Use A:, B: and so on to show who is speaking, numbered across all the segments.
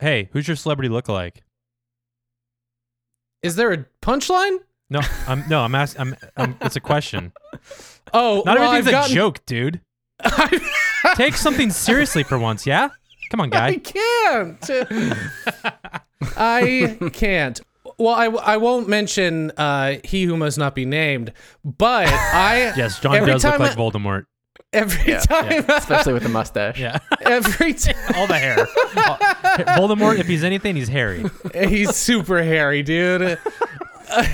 A: hey, who's your celebrity lookalike?
B: Is there a punchline?
A: No, I'm no, I'm asking. I'm, I'm, it's a question.
B: Oh,
A: Not
B: well,
A: everything's
B: I've
A: a
B: gotten,
A: joke, dude. Take something seriously for once, yeah? Come on,
B: I
A: guy.
B: can't. I can't. Well, I, I won't mention uh, he who must not be named, but I
A: Yes, John
B: every
A: does look
B: time
A: like
B: I-
A: Voldemort.
B: every
C: Yeah,
B: time
C: especially with the mustache.
A: Yeah,
B: every time
A: all the hair. All- Voldemort, if he's anything, he's hairy.
B: he's super hairy, dude.
C: Could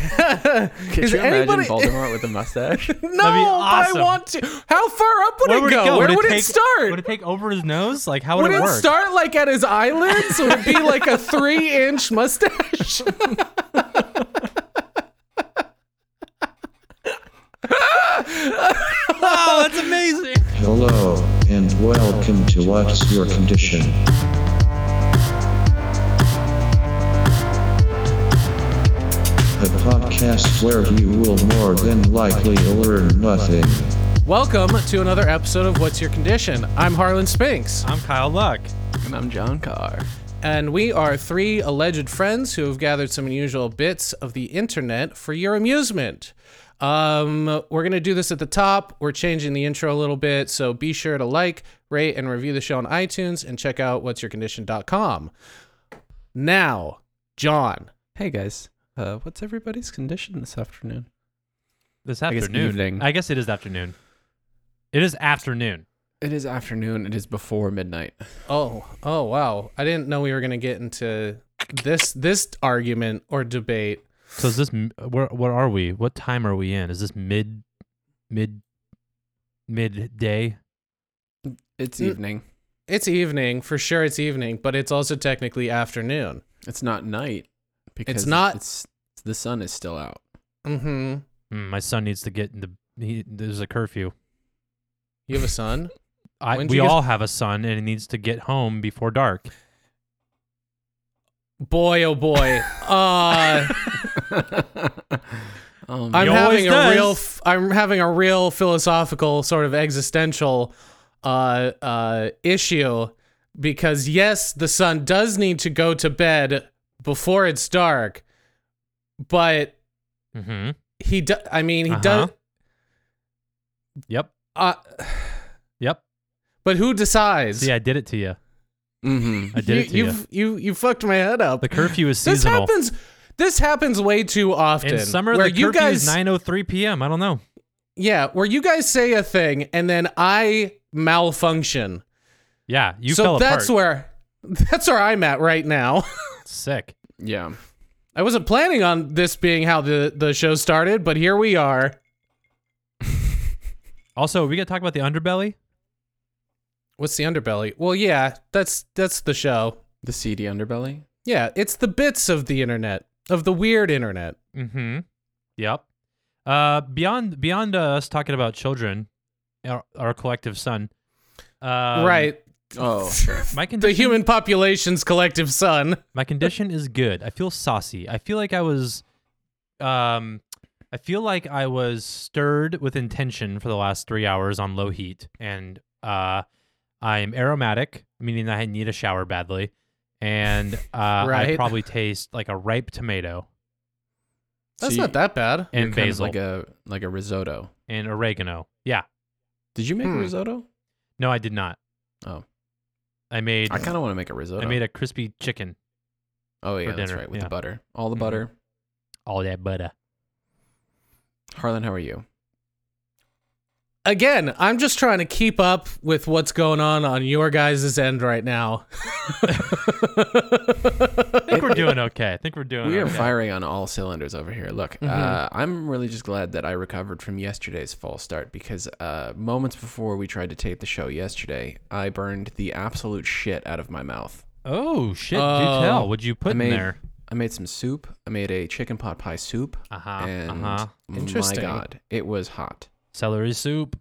B: Is
C: you imagine
B: anybody-
C: Voldemort with a mustache?
B: No,
A: awesome.
B: but I want to. How far up would, it go? Where would it,
A: take-
B: start?
A: Would it take over his nose? Like, how would,
B: Would
A: it
B: it
A: work?
B: start like at his eyelids? Would it be like a three-inch mustache?
A: Oh, that's amazing.
D: Hello, and welcome to What's Your Condition? A podcast where you will more than likely learn nothing.
B: Welcome to another episode of What's Your Condition. I'm Harlan Spinks,
A: I'm Kyle Luck.
C: And I'm John Carr.
B: and we are three alleged friends who have gathered some unusual bits of the internet for your amusement. Um, we're gonna do this at the top. We're changing the intro a little bit, so be sure to like, rate, and review the show on iTunes, and check out whatsyourcondition.com. Now, John,
C: Hey guys, uh, what's everybody's condition this afternoon?
A: This
C: guess
A: afternoon.
C: evening.
A: I guess it is afternoon. It is afternoon.
C: It is afternoon. It is before midnight.
B: Oh, oh wow. I didn't know we were going to get into this this argument or debate.
A: So is this m- where? What are we? What time are we in? Is this mid, mid, midday?
C: It's
B: Mm.
C: evening.
B: It's evening, for sure it's evening, but it's also technically afternoon.
C: It's not night because
B: not-
C: It's, the sun is still out.
B: Mhm.
A: Mm, my son needs to get in the. He, there's a curfew.
B: You have a son?
A: I,
B: When'd
A: we
B: you guys-
A: all have a son, and he needs to get home before dark.
B: boy, oh boy. Uh
C: um,
B: I'm
A: He always
B: having a
A: does.
B: real f- I'm having a real philosophical sort of existential uh uh issue because yes, the sun does need to go to bed before it's dark, but
A: Mm-hmm.
B: he do- I mean, he
A: Uh-huh.
B: does
A: Yep.
B: uh
A: Yep.
B: But who decides?
A: See, I did it to you.
C: mhm.
A: I did it to
B: you,
A: you.
B: you've, you you fucked my head up.
A: The curfew is
B: This
A: seasonal.
B: happens. This happens way too often.
A: In summer,
B: where
A: the
B: you
A: curfew
B: guys,
A: is 9:03 p.m. I don't know.
B: yeah, where you guys say a thing and then I malfunction.
A: Yeah, you
B: so
A: fell
B: that's
A: apart.
B: where that's where I'm at right now.
A: Sick.
C: Yeah.
B: I wasn't planning on this being how the the show started, but here we are.
A: Also, we got to talk about the underbelly.
B: What's the underbelly? Well, yeah, that's that's the show.
C: The seedy underbelly.
B: Yeah, it's the bits of the internet, of the weird internet.
A: Mm-hmm. Yep. Uh, beyond beyond uh, us talking about children, our, our collective son. Um,
B: right.
C: Oh,
A: My condition.
B: The human population's collective sun.
A: My condition is good. I feel saucy. I feel like I was, um, I feel like I was stirred with intention for the last three hours on low heat, and uh, I'm aromatic, meaning I need a shower badly, and uh, I
B: Right.
A: probably taste like a ripe tomato
B: That's
C: So you-
B: not that bad.
C: you're
A: and
C: kind of
A: basil
C: like a like a risotto.
A: and oregano. Yeah.
C: Did you make
B: Hmm.
C: a risotto?
A: No, I did not.
C: Oh.
A: I made
C: I kind of want to make a risotto.
A: I made a crispy chicken.
C: oh yeah,
A: for
C: that's
A: dinner,
C: right with
A: yeah.
C: the butter, all the
A: Mhm.
C: butter.
A: All that butter.
C: Harlan, how are you?
B: Again, I'm just trying to keep up with what's going on on your guys' end right now.
A: I think we're doing okay. I think we're doing.
C: We are
A: okay.
C: firing on all cylinders over here. Look, uh, I'm really just glad that I recovered from yesterday's false start because uh, moments before we tried to tape the show yesterday, I burned the absolute shit out of my mouth.
A: Oh shit!
B: Oh.
A: do tell. Would you put
C: Um, I made
A: in there?
C: I made some soup. I made a chicken pot pie soup,
A: Uh huh.
C: and
A: Uh huh.
C: my
B: Interesting.
C: God, it was hot.
A: Celery soup.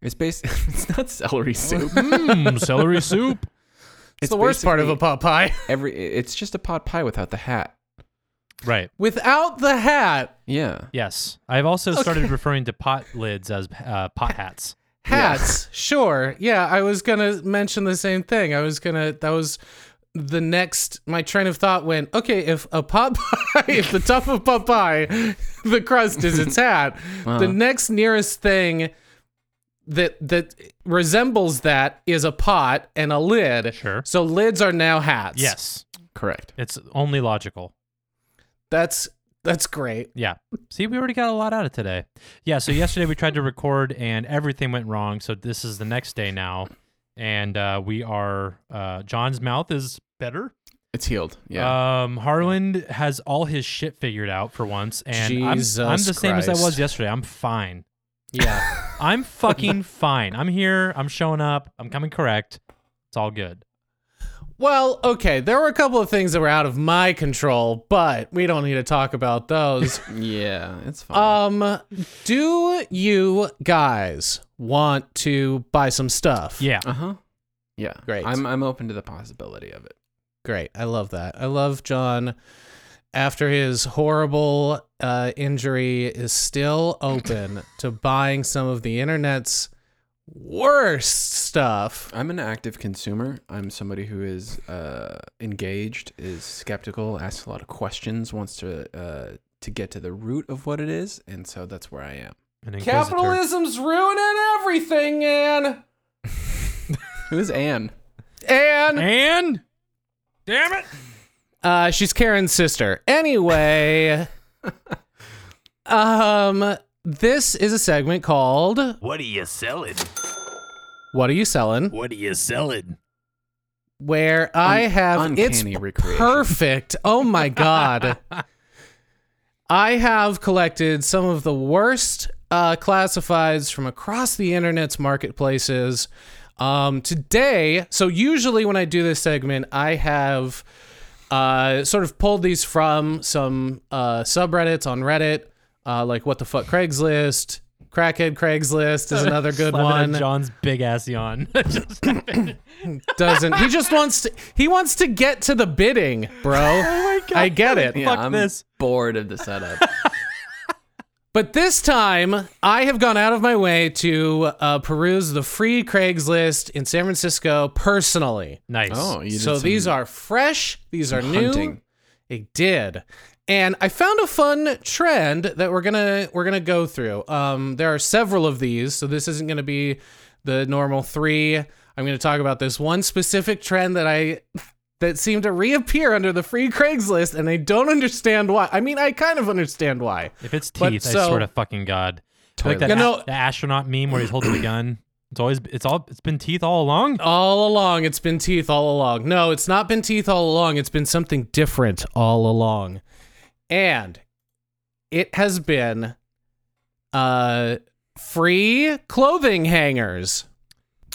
C: It's based. it's not celery soup.
A: Mmm, celery soup.
B: It's the worst part of a
C: basically
B: pot pie.
C: Every it's just a pot pie without the hat.
A: Right.
B: Without the hat,
C: Yeah.
A: Yes. I've also started
B: Okay.
A: referring to pot lids as uh, pot hats.
B: hats, sure. Yeah, I was going to mention the same thing. I was going to, that was the next my train of thought went okay if a pot pie if the top of pot pie the crust is its hat the next nearest thing that that resembles that is a pot and a lid
A: Sure.
B: so lids are now hats
A: Yes.
C: Correct.
A: It's only logical.
B: that's that's great
A: Yeah. See, we already got a lot out of today. Yeah. So yesterday we tried to record and everything went wrong. So this is the next day now, and uh, we are uh, John's mouth is better.
C: It's healed. Yeah.
A: Um, Harland has all his shit figured out for once, and I'm-
B: Jesus
A: I'm, the same as I was
B: Christ.
A: yesterday. I'm fine.
B: yeah
A: I'm fucking fine. I'm here. I'm showing up. I'm coming correct. It's all good.
B: well okay there were a couple of things that were out of my control but we don't need to talk about those
C: yeah. It's fine.
B: Um, do you guys want to buy some stuff?
A: Yeah.
C: Uh huh. Yeah.
B: Great.
C: I'm I'm open to the possibility of it.
B: Great. I love that. I love John after his horrible uh, injury is still open to buying some of the internet's worst stuff.
C: I'm an active consumer. I'm somebody who is uh, engaged, is skeptical, asks a lot of questions, wants to uh, to get to the root of what it is, and so that's where I am.
A: An inquisitor.
B: Capitalism's ruining everything, Anne.
C: Who's Anne?
B: Anne.
A: And damn it.
B: Uh, she's Karen's sister. Anyway, um, this is a segment called
A: What are you selling?
B: "What Are You Selling?"
A: What are you selling?
B: Where I have it's
C: uncanny recreation.
B: perfect. Oh my god, I have collected some of the worst uh, classifieds from across the internet's marketplaces. Um, today, so usually when I do this segment, I have uh, sort of pulled these from some uh, subreddits on Reddit, uh, like what the fuck Craigslist, crackhead Craigslist is another good one.
A: John's big ass yawn. Just-
B: Doesn't he just wants to? He wants to get to the bidding, bro. I get it.
A: Fuck
C: I'm
A: this.
C: bored of the setup.
B: But this time, I have gone out of my way to uh, peruse the free Craigslist in San Francisco personally.
A: nice.
C: oh, you did
B: so
C: some
B: these are fresh, these are new.
C: hunting.
B: It did. And I found a fun trend that we're gonna we're gonna go through. Um, there are several of these, so this isn't gonna be the normal three. I'm gonna talk about this one specific trend that I that seemed to reappear under the free Craigslist, and I don't understand why. I mean, I kind of understand why.
A: If it's
B: But
A: teeth, I
B: so-
A: swear to fucking god. Like that,
B: You
A: a-
B: know-
A: the astronaut meme where he's holding the gun. It's always it's all it's been teeth all along.
B: All along, it's been teeth all along. No, it's not been teeth all along. It's been something different all along. And it has been uh free clothing hangers.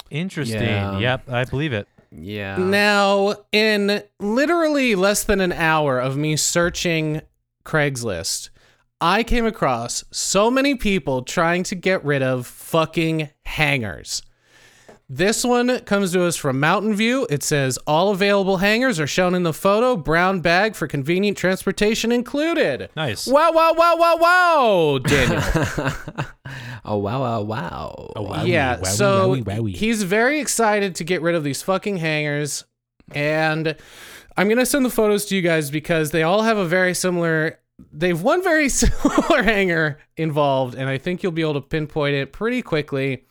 A: Interesting.
C: Yeah.
A: Yep, I believe it.
C: yeah.
B: Now, in literally less than an hour of me searching Craigslist, I came across so many people trying to get rid of fucking hangers. This one comes to us from Mountain View. It says all available hangers are shown in the photo, brown bag for convenient transportation included.
A: Nice.
B: Wow, wow, wow, wow, wow, Daniel.
C: oh wow wow wow.
A: Oh, wow.
B: yeah,
A: Wowie, wowie,
B: so
A: wowie, wowie.
B: he's very excited to get rid of these fucking hangers, and I'm gonna send the photos to you guys because they all have a very similar. They've one very similar hanger involved, and I think you'll be able to pinpoint it pretty quickly.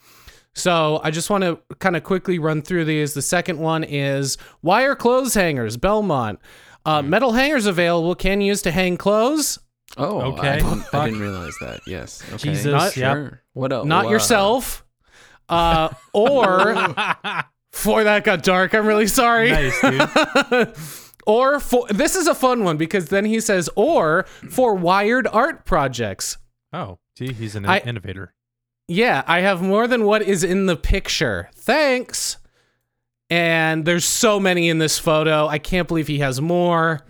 B: So I just want to kind of quickly run through these. The second one is wire clothes hangers, Belmont. Uh,
A: Hmm.
B: Metal hangers available can use to hang clothes.
C: Oh,
A: Okay.
C: I didn't,
A: Fuck.
C: I didn't realize that. Yes. Okay.
A: Jesus,
C: Not
A: yep.
C: sure. What else?
B: not yourself uh, or for that got dark i'm really sorry
A: nice, dude.
B: or for this is a fun one because then he says or for wired art projects
A: Oh, see, he's an
B: I-
A: innovator.
B: yeah i have more than what is in the picture thanks and there's so many in this photo i can't believe he has more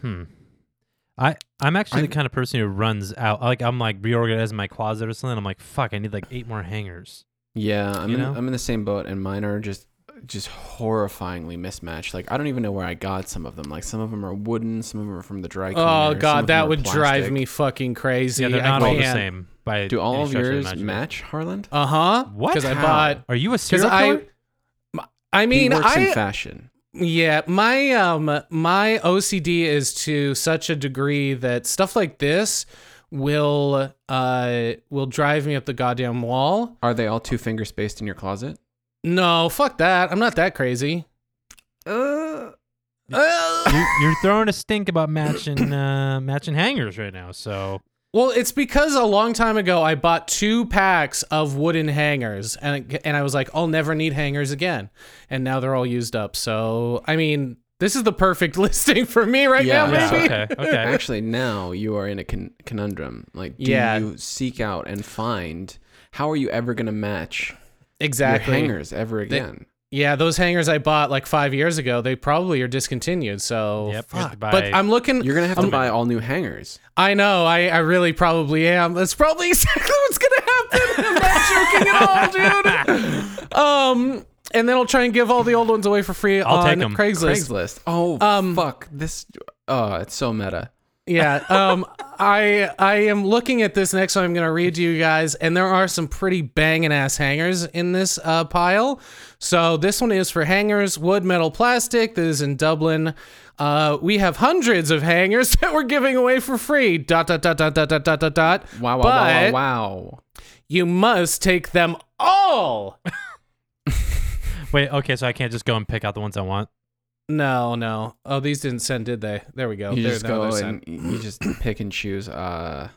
A: I I'm actually the kind of person who runs out. Like I'm like reorganizing my closet or something. I'm like, fuck, I need like eight more hangers.
C: Yeah, I'm
A: You
C: in,
A: know?
C: I'm in the same boat, and mine are just just horrifyingly mismatched. Like I don't even know where I got some of them. Like some of them are wooden, some of them are from the dry. cleaner,
B: oh
C: some of them
B: god
C: are
B: that would drive
C: plastic.
B: me fucking crazy
A: Yeah, they're
B: I
A: not all the
B: can't.
A: same. By
C: Do all
A: any
C: of
A: stretch the
C: yours
A: imagination.
C: match Harland?
B: uh-huh
A: What?
B: because i
A: How?
B: bought
A: Are you a
B: because
A: serial
B: i
A: killer?
B: i
C: he
B: mean
C: works in
B: i
C: fashion.
B: Yeah, my um my OCD is to such a degree that stuff like this will uh will drive me up the goddamn wall.
C: Are they all two finger spaced in your closet?
B: No, fuck that. I'm not that crazy.
C: Uh,
A: you're, you're throwing a stink about matching uh, matching hangers right now. So
B: Well, it's because a long time ago I bought two packs of wooden hangers, and and I was like, I'll never need hangers again, and now they're all used up. So I mean, this is the perfect listing for me right
C: Yeah,
B: now,
C: yeah.
B: baby.
A: okay, okay.
C: Actually, now you are in a con- conundrum. Like, do
B: Yeah.
C: you seek out and find? How are you ever going to match
B: Exactly.
C: your hangers ever again?
B: Yeah, those hangers I bought like five years ago, they probably are discontinued. So
A: Yep, you have to
B: fuck.
A: buy-
B: But I'm looking.
C: You're going to have to
B: I'm-
C: buy all new hangers.
B: I know. I, I really probably am. That's probably exactly what's gonna happen. I'm not joking at all, dude. Um, and then I'll try and give all the old ones away for free
A: I'll
B: on
A: take 'em.
B: Craigslist.
C: Craigslist. Oh,
B: Um,
C: fuck. This. Oh, it's so meta.
B: Yeah. Um, I I am looking at this next one. I'm gonna read to you guys, and there are some pretty banging ass hangers in this uh, pile. So this one is for hangers, wood, metal, plastic. That is in Dublin. Uh, we have hundreds of hangers that we're giving away for free. Dot dot dot dot dot dot dot dot dot.
C: Wow, wow,
B: But-
C: wow, wow, wow.
B: You must take them all.
A: Wait, okay. So I can't just go and pick out the ones I want.
B: No, no. Oh, these didn't send, did they? There we go.
C: you
B: There-
C: just
B: no,
C: go
B: they're sent.
C: and you just pick and choose. Uh,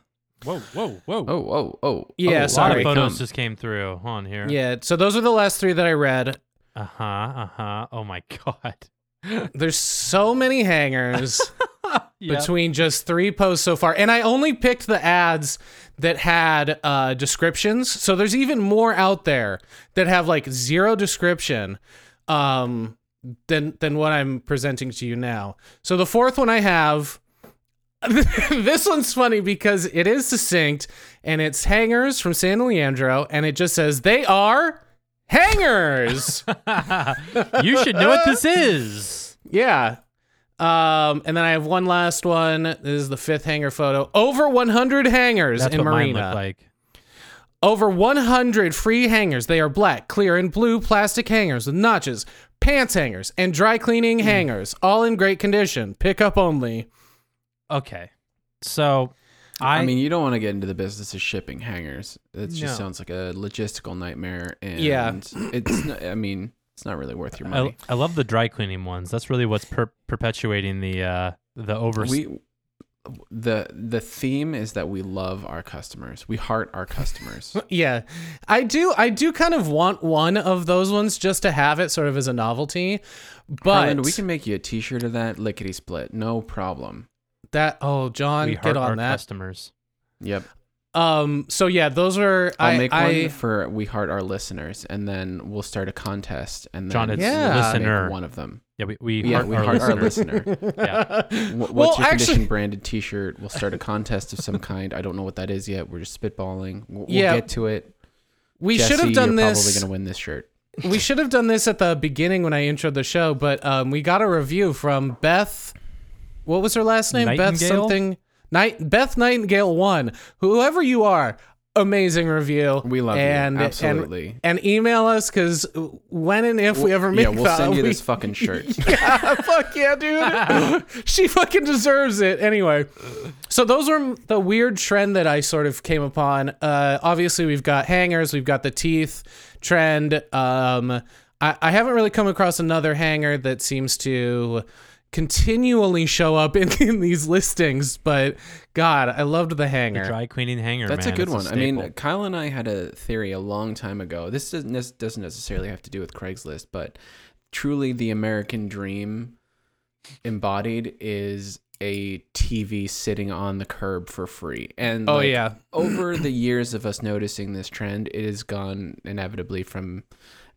A: Whoa, whoa, whoa.
C: oh, oh, oh.
B: Yeah,
A: a
C: oh,
A: lot of
B: sorry.
A: photos
C: come.
A: just came through. Hold on here.
B: Yeah. So those are the last three that I read.
A: Uh huh. Uh huh. Oh my god.
B: There's so many hangers.
A: Yeah.
B: between just three posts so far. And I only picked the ads that had uh, descriptions. So there's even more out there that have like zero description um, than than what I'm presenting to you now. So the fourth one I have. this one's funny because it is succinct and it's hangers from San Leandro and it just says they are hangers.
A: you should know what this is.
B: Yeah. Um, and then I have one last one. This is the fifth hanger photo. Over 100 hangers
A: That's
B: in
A: what mine
B: Marina.
A: looked like.
B: Over 100 free hangers. They are black, clear, and blue plastic hangers with notches, pants hangers, and dry
C: Mm.
B: cleaning hangers, all in great condition. Pickup only.
A: Okay. So I,
C: I, mean, you don't want to get into the business of shipping hangers. It just
A: No.
C: sounds like a logistical nightmare. And
B: Yeah.
C: it's. Not, I mean, it's not really worth your
A: I,
C: money.
A: I love the dry cleaning ones. That's really what's per- perpetuating the uh the over
C: we the the theme is that we love our customers. We heart our customers.
B: Yeah. I do I do kind of want one of those ones just to have it sort of as a novelty. But
C: Harland, we can make you a T-shirt of that lickety split, no problem.
B: that oh John,
A: we
B: get
A: hurt our
B: on that.
A: customers.
C: Yep,
B: Um so yeah, those are
C: I'll
B: I-
C: make
B: I-
C: one for we heart our listeners, and then we'll start a contest. And then
A: John, it's
B: Yeah.
C: we'll make
A: listener.
C: one of them.
A: Yeah, we, we
C: yeah,
A: hurt
C: we
A: our
C: heart our
A: listeners.
C: listener. Wh- What's
B: Well,
C: your
B: actually-
C: condition branded T-shirt? We'll start a contest of some kind. I don't know what that is yet. We're just spitballing. We'll,
B: Yeah.
C: we'll get to it.
B: we should
C: Jesse,
B: have done
C: you're
B: this.
C: Probably gonna win this shirt.
B: we should have done this at the beginning when I introed the show, but um, we got a review from Beth. What was her last name? Beth
A: Nightingale?
B: something. Night Beth Nightingale one. Whoever you are, amazing review.
C: We love you.
B: and, and-
C: Absolutely.
B: And, email us because when and if we ever make
C: yeah, we'll
B: that,
C: send you
B: we-
C: this fucking shirt.
B: yeah, fuck yeah, dude. she fucking deserves it. Anyway, so those were the weird trend that I sort of came upon. Uh, obviously, we've got hangers, we've got the teeth trend. Um, I, I haven't really come across another hanger that seems to continually show up in, in these listings, but God, I loved the hanger.
A: Dry cleaning hanger.
C: That's
A: man.
C: a good
A: It's
C: one. I mean,
A: staple.
C: Kyle and I had a theory a long time ago. This doesn't this doesn't necessarily have to do with Craigslist, but truly the American dream embodied is a TV sitting on the curb for free. And
B: Oh,
C: like,
B: yeah.
C: over the years of us noticing this trend, it has gone inevitably from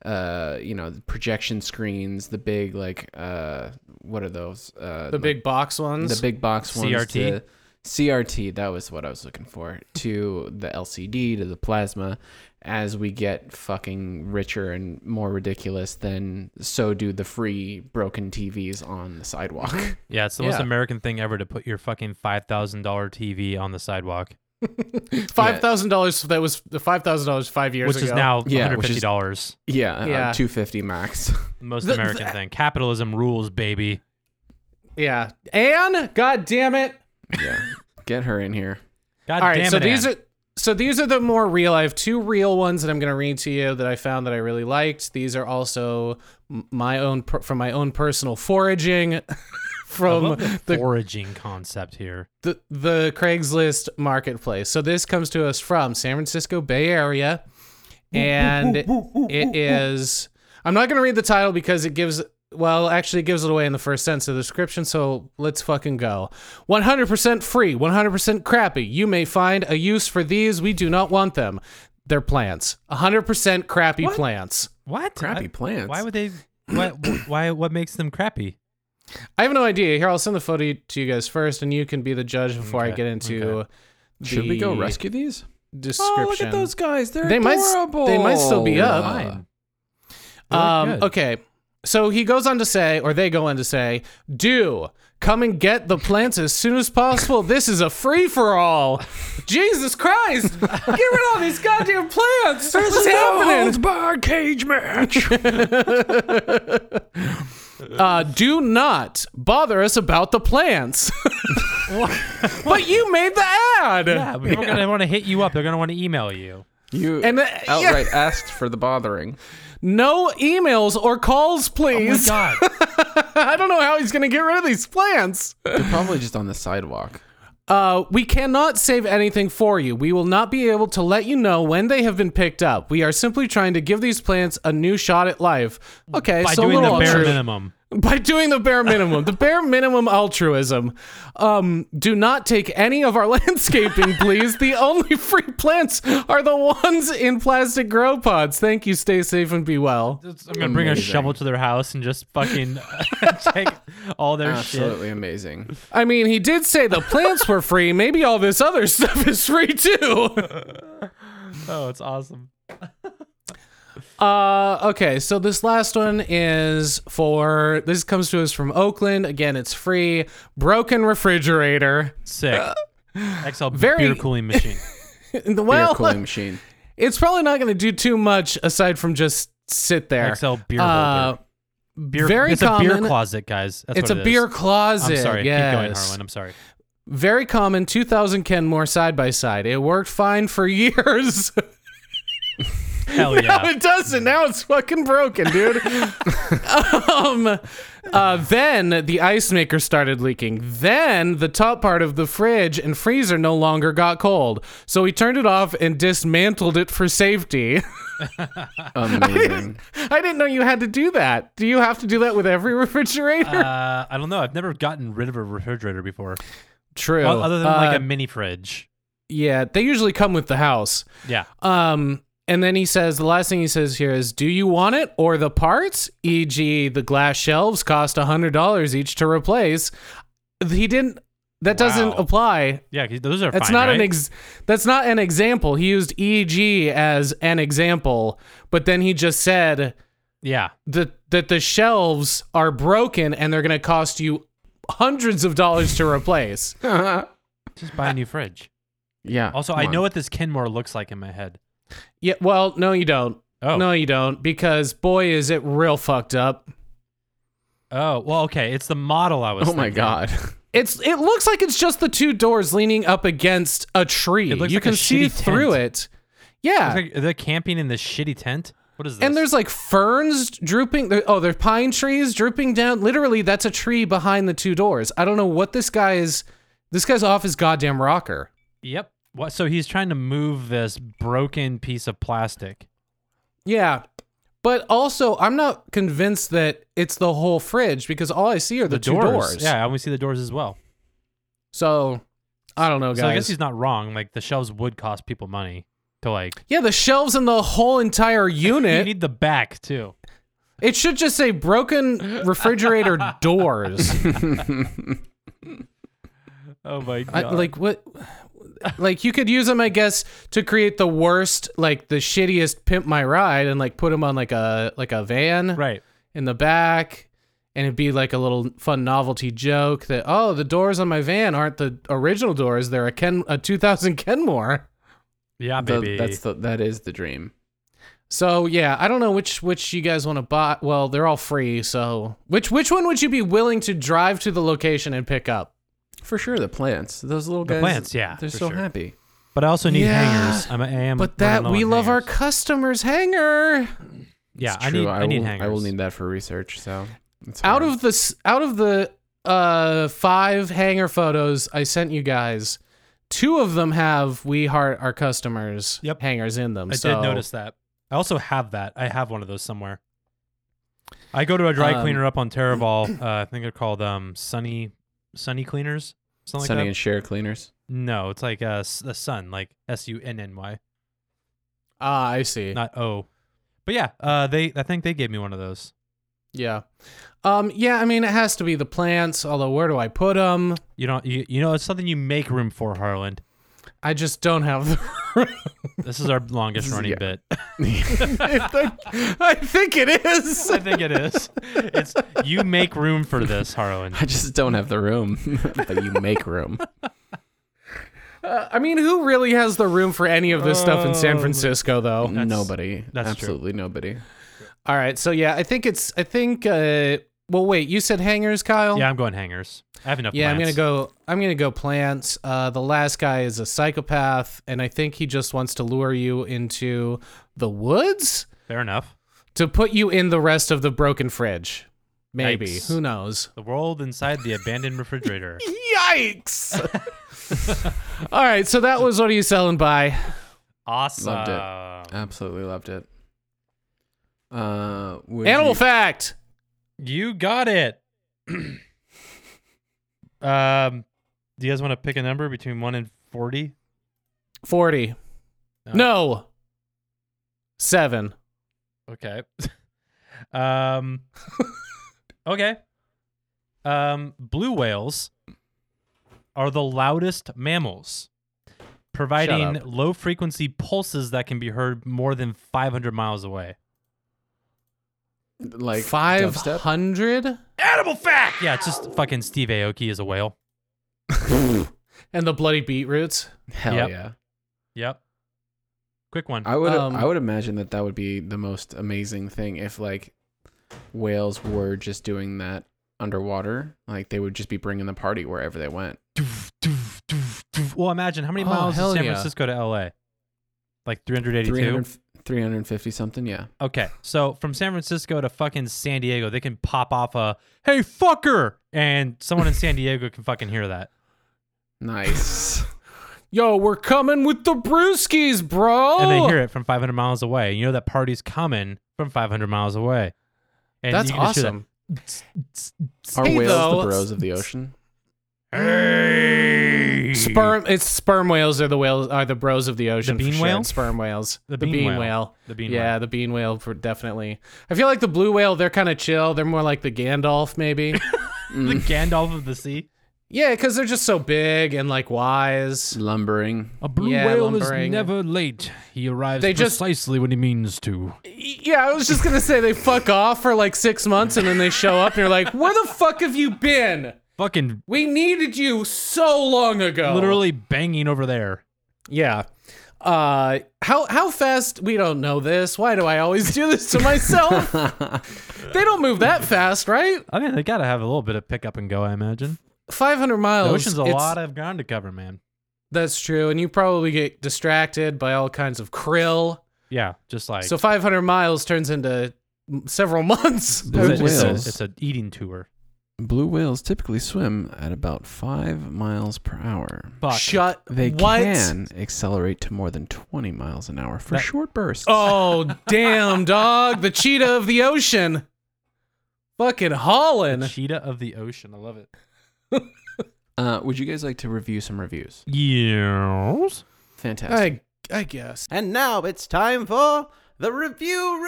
C: uh, you know, the projection screens, the big like uh what are those? Uh
B: the big box ones.
C: the big box ones
A: CRT?
C: to- CRT that was what I was looking for to the LCD to the plasma as we get fucking richer and more ridiculous then so do the free broken TVs on the sidewalk
A: yeah, it's the most
B: yeah.
A: American thing ever to put your fucking five thousand dollar TV on the sidewalk.
B: Five thousand dollars. That was the five thousand dollars five years
A: which is
B: ago.
A: now
C: Yeah, which is-
A: $150.
C: Yeah,
B: Yeah.
C: Uh, 250 max.
A: the Most
B: The-
A: American thing. Capitalism rules, baby.
B: yeah. Anne, god damn it!
C: yeah. Get her in here.
A: God
B: All right,
A: damn
B: so
A: it.
B: these
A: Ann.
B: are so these are the more real. I have two real ones that I'm going to read to you that I found that I really liked. These are also m- my own per, from my own personal foraging
C: um,
A: I
B: from
A: love the,
B: the,
A: foraging concept here.
B: the the Craigslist marketplace. So this comes to us from San Francisco Bay Area, and it is. I'm not going to read the title because it gives. Well, actually, it gives it away in the first sentence of the description, so let's fucking go. 100% free, 100% crappy. You may find a use for these. We do not want them. They're plants. 100% crappy
A: What?
B: plants.
A: What?
C: Crappy
A: I-
C: plants.
A: Why would they? Why, why? What makes them crappy?
B: I have no idea. Here, I'll send the photo to you guys first, and you can be the judge before I
A: Okay,
B: get into
A: okay.
B: the Oh,
C: Should we go rescue Oh, these?
B: description.
C: guys. They're
B: They might s- they might still be up.
A: Fine. They look
B: Um,
A: good.
B: okay. So he goes on to say, or they go on to say, do come and get the plants as soon as possible. This is a free for all. Jesus Christ! Get rid of all these goddamn plants. What's happening?
C: by cage match.
B: Uh, do not bother us about the plants. but you made the ad.
A: Yeah, people are gonna want to hit you up. They're gonna want to email you.
C: you
B: And,
C: and
B: uh,
C: outright asked for the bothering.
B: No emails or calls,
A: Oh my
B: please.
A: God.
B: I don't know how he's gonna get rid of these plants.
C: They're probably just on the sidewalk.
B: Uh, we cannot save anything for you. We will not be able to let you know when they have been picked up. We are simply trying to give these plants a new shot at life. Okay,
A: By
B: so a
A: doing
B: little
A: the bare
B: altru-
A: minimum.
B: by doing the bare minimum, the bare minimum altruism. Um, do not take any of our landscaping, please. the only free plants are the ones in plastic grow pods. Thank you. Stay safe and be well.
A: I'm gonna bring a
C: Amazing.
A: shovel to their house and just fucking take all their shit.
C: Absolutely amazing.
B: I mean, he did say the plants were free. Maybe all this other stuff is free too.
A: Oh, it's awesome.
B: Uh, okay, so this last one is for this comes to us from Oakland. Again, it's free. Broken refrigerator.
A: Sick. XL
B: Very-
A: beer cooling machine.
C: Beer
B: well,
C: cooling machine.
B: it's probably not going to do too much aside from just sit there.
A: XL beer
B: Uh,
A: holder. Beer,
B: very
A: it's a
B: common-
A: beer closet, guys. That's
B: it's
A: what
B: a
A: it
B: beer
A: is.
B: closet.
A: I'm sorry. Keep going,
B: yes.
A: Harlan. I'm sorry.
B: Very common. Two thousand Kenmore side by side. It worked fine for years.
A: Hell
B: now
A: yeah.
B: it doesn't. Now it's fucking broken, dude. um, uh, then the ice maker started leaking. Then the top part of the fridge and freezer no longer got cold. So he turned it off and dismantled it for safety.
C: Amazing.
B: I didn't know you had to do that. Do you have to do that with every refrigerator?
A: Uh, I don't know. I've never gotten rid of a refrigerator before,
B: True.
A: O- other than
B: Uh,
A: like a mini fridge.
B: yeah, they usually come with the house.
A: Yeah.
B: Um, and then he says the last thing he says here is, "Do you want it or the parts? E.g., the glass shelves cost a hundred dollars each to replace." He didn't. That doesn't
A: Wow.
B: apply.
A: Yeah, 'cause those are
B: That's
A: fine,
B: not
A: right?
B: an ex. That's not an example. He used "e.g." as an example, but then he just said
A: Yeah.
B: that that the shelves are broken and they're going to cost you hundreds of dollars to replace.
A: Just buy a new fridge.
C: yeah.
A: Also,
C: come
A: I
C: on.
A: know what this Kenmore looks like in my head.
B: Yeah. Well, no, you don't.
A: Oh.
B: No, you don't, because boy, is it real fucked up.
A: Oh, well, okay. It's the model I was
C: Oh my
A: thinking.
C: god.
B: It's it looks like it's just the two doors leaning up against a tree.
A: It looks
B: you
A: like a
B: can see
A: shitty
B: through it. Yeah.
A: It's like they're camping in this shitty tent. What is this?
B: and there's like ferns drooping. there- Oh, there's pine trees drooping down. Literally, that's a tree behind the two doors. I don't know what this guy is. This guy's off his goddamn rocker.
A: yep. What? So he's trying to move this broken piece of plastic.
B: Yeah. But also, I'm not convinced that it's the whole fridge because all I see are the, two doors.
A: Yeah, I only see the doors as well.
B: So I don't know, guys.
A: So I guess he's not wrong. Like the shelves would cost people money to like.
B: yeah, the shelves in the whole entire
A: You
B: unit.
A: need the back too.
B: It should just say broken refrigerator doors.
A: Oh my god.
B: I, like what? Like you could use them, I guess, to create the worst, like the shittiest pimp my ride, and like put them on like a like a van
A: right.
B: in the back, and it'd be like a little fun novelty joke that oh the doors on my van aren't the original doors they're a Ken a 2000 Kenmore.
A: Yeah,
C: The-
A: baby.
C: that's the that is the dream.
B: So yeah, I don't know which which you guys want to buy. Well, they're all free, so which which one would you be willing to drive to the location and pick up?
C: For sure, the plants. Those little
A: The
C: guys.
A: plants, yeah,
C: they're
A: for
C: so
A: sure.
C: happy.
A: but I also need
B: Yeah,
A: hangers. I'm, I am.
B: But
A: running
B: that
A: low
B: we
A: on
B: love our
A: hangers.
B: customers hanger.
A: Yeah,
C: It's
A: I need.
C: true,
A: I,
C: will,
A: need hangers.
C: I will need that for research. So it's
B: Out
C: fine.
B: of the s- out of the uh five hanger photos I sent you guys, two of them have we heart our customers
A: Yep.
B: hangers in them.
A: I
B: so-
A: did notice that. I also have that. I have one of those somewhere. I go to a dry
B: Um,
A: cleaner up on Terraval. Uh, I think they're called um, Sunny Sunny Cleaners. Something
C: Sunny
A: like
C: and Share cleaners.
A: that. No, it's like uh, s- the sun, like S U N N Y,
B: Ah, I see.
A: not O. But yeah, uh, they. I think they gave me one of those.
B: Yeah. Um, yeah, I mean, it has to be the plants, although where do I put them?
A: You don't. You, you know, it's something you make room for, Harland.
B: I just don't have the
A: This is our longest
C: This is-
A: running
C: yeah.
A: bit.
B: I think it is.
A: I think it is. It's you make room for this, Harlan.
C: I just don't have the room, but you make room.
B: Uh, I mean, who really has the room for any of this stuff in San
A: Oh.
B: Francisco, though?
A: That's-
C: nobody.
A: that's true.
C: absolutely nobody.
B: All right, so yeah, I think it's. I think. Uh, well, wait, you said hangers, Kyle.
A: Yeah, I'm going hangers. I have enough.
B: Yeah, I'm gonna
A: plants.
B: go. I'm gonna go plants. Uh, the last guy is a psychopath, and I think he just wants to lure you into the woods
A: Fair enough.
B: to put you in the rest of the broken fridge. Maybe
A: Yikes.
B: who knows?
A: The world inside the abandoned refrigerator.
B: Yikes! All right, so that was what are you selling by?
A: Awesome.
C: Loved Absolutely loved it. Uh, would
B: Animal
C: you-
B: fact.
A: You got it. um, do you guys want to pick a number between one and forty?
B: Forty.
A: No.
B: No. Seven.
A: Okay. um. Okay. Um, blue whales are the loudest mammals, providing
B: up.
A: low frequency pulses that can be heard more than 500 miles away.
C: like
B: five
C: dubstep?
B: hundred.
A: Animal fact! Yeah, it's just fucking Steve Aoki is a whale.
B: And the bloody beetroots.
C: Hell
A: Yep.
C: yeah!
A: Yep. Quick one.
C: I would
B: Um,
C: I would imagine that that would be the most amazing thing if like whales were just doing that underwater. Like they would just be bringing the party wherever they went.
A: Doof, doof, doof, doof. Well, imagine how many
B: Oh,
A: miles is
B: hell
A: San
B: yeah.
A: Francisco to LA? Like 382.
C: 300, 350 something. Yeah.
A: Okay, so from San Francisco to fucking San Diego, they can pop off a "Hey fucker," and someone in San Diego can fucking hear that.
C: Nice.
B: Yo, we're coming with the brewskis, bro.
A: and they hear it from 500 miles away. You know that party's coming from 500 miles away. And
B: That's
A: you can just hear that,
B: awesome.
C: Are
B: Hey,
C: whales
B: though.
C: the bros of the ocean?
A: Hey,
B: Sperm. It's sperm whales are the whales are the bros of the ocean.
A: The
B: for
A: bean
B: sure,
A: whale?
B: and Sperm whales.
A: The bean whale. The bean
B: yeah,
A: whale.
B: the bean whale for definitely. I feel like the blue whale. They're kind of chill. They're more like the Gandalf, maybe.
A: the Gandalf of the sea.
B: yeah, because they're just so big and like wise.
C: Lumbering.
A: A blue
B: Yeah,
A: whale
B: lumbering.
A: is never late. He arrives
B: They just-
A: precisely when he means to.
B: Yeah, I was just gonna say they fuck off for like six months and then they show up and you're like, where the fuck have you been?
A: Fucking
B: We needed you so long ago.
A: literally banging over there.
B: Yeah. Uh, how how fast? We don't know this. Why do I always do this to myself? they don't move that fast, right?
A: I mean, they gotta have a little bit of pick up and go. I imagine.
B: Five hundred
A: The
B: miles.
C: Oh,
A: ocean's a
B: it's-
A: lot of ground to cover, man.
B: That's true, and you probably get distracted by all kinds of krill.
A: Yeah, just like
B: So five hundred miles turns into m- several months.
A: it's, a, it's, a,
C: whales.
A: it's a eating tour.
C: Blue whales typically swim at about five miles per hour.
A: Fuck.
B: Shut.
C: They
B: what?
C: can accelerate to more than 20 miles an hour for
A: That-
C: short bursts.
B: Oh damn, dog! The cheetah of the ocean. Fucking
A: The
B: Holland.
A: cheetah of the ocean. I love it.
C: Uh, would you guys like to review some reviews?
A: Yes.
C: Fantastic.
B: I I guess.
E: And now it's time for the review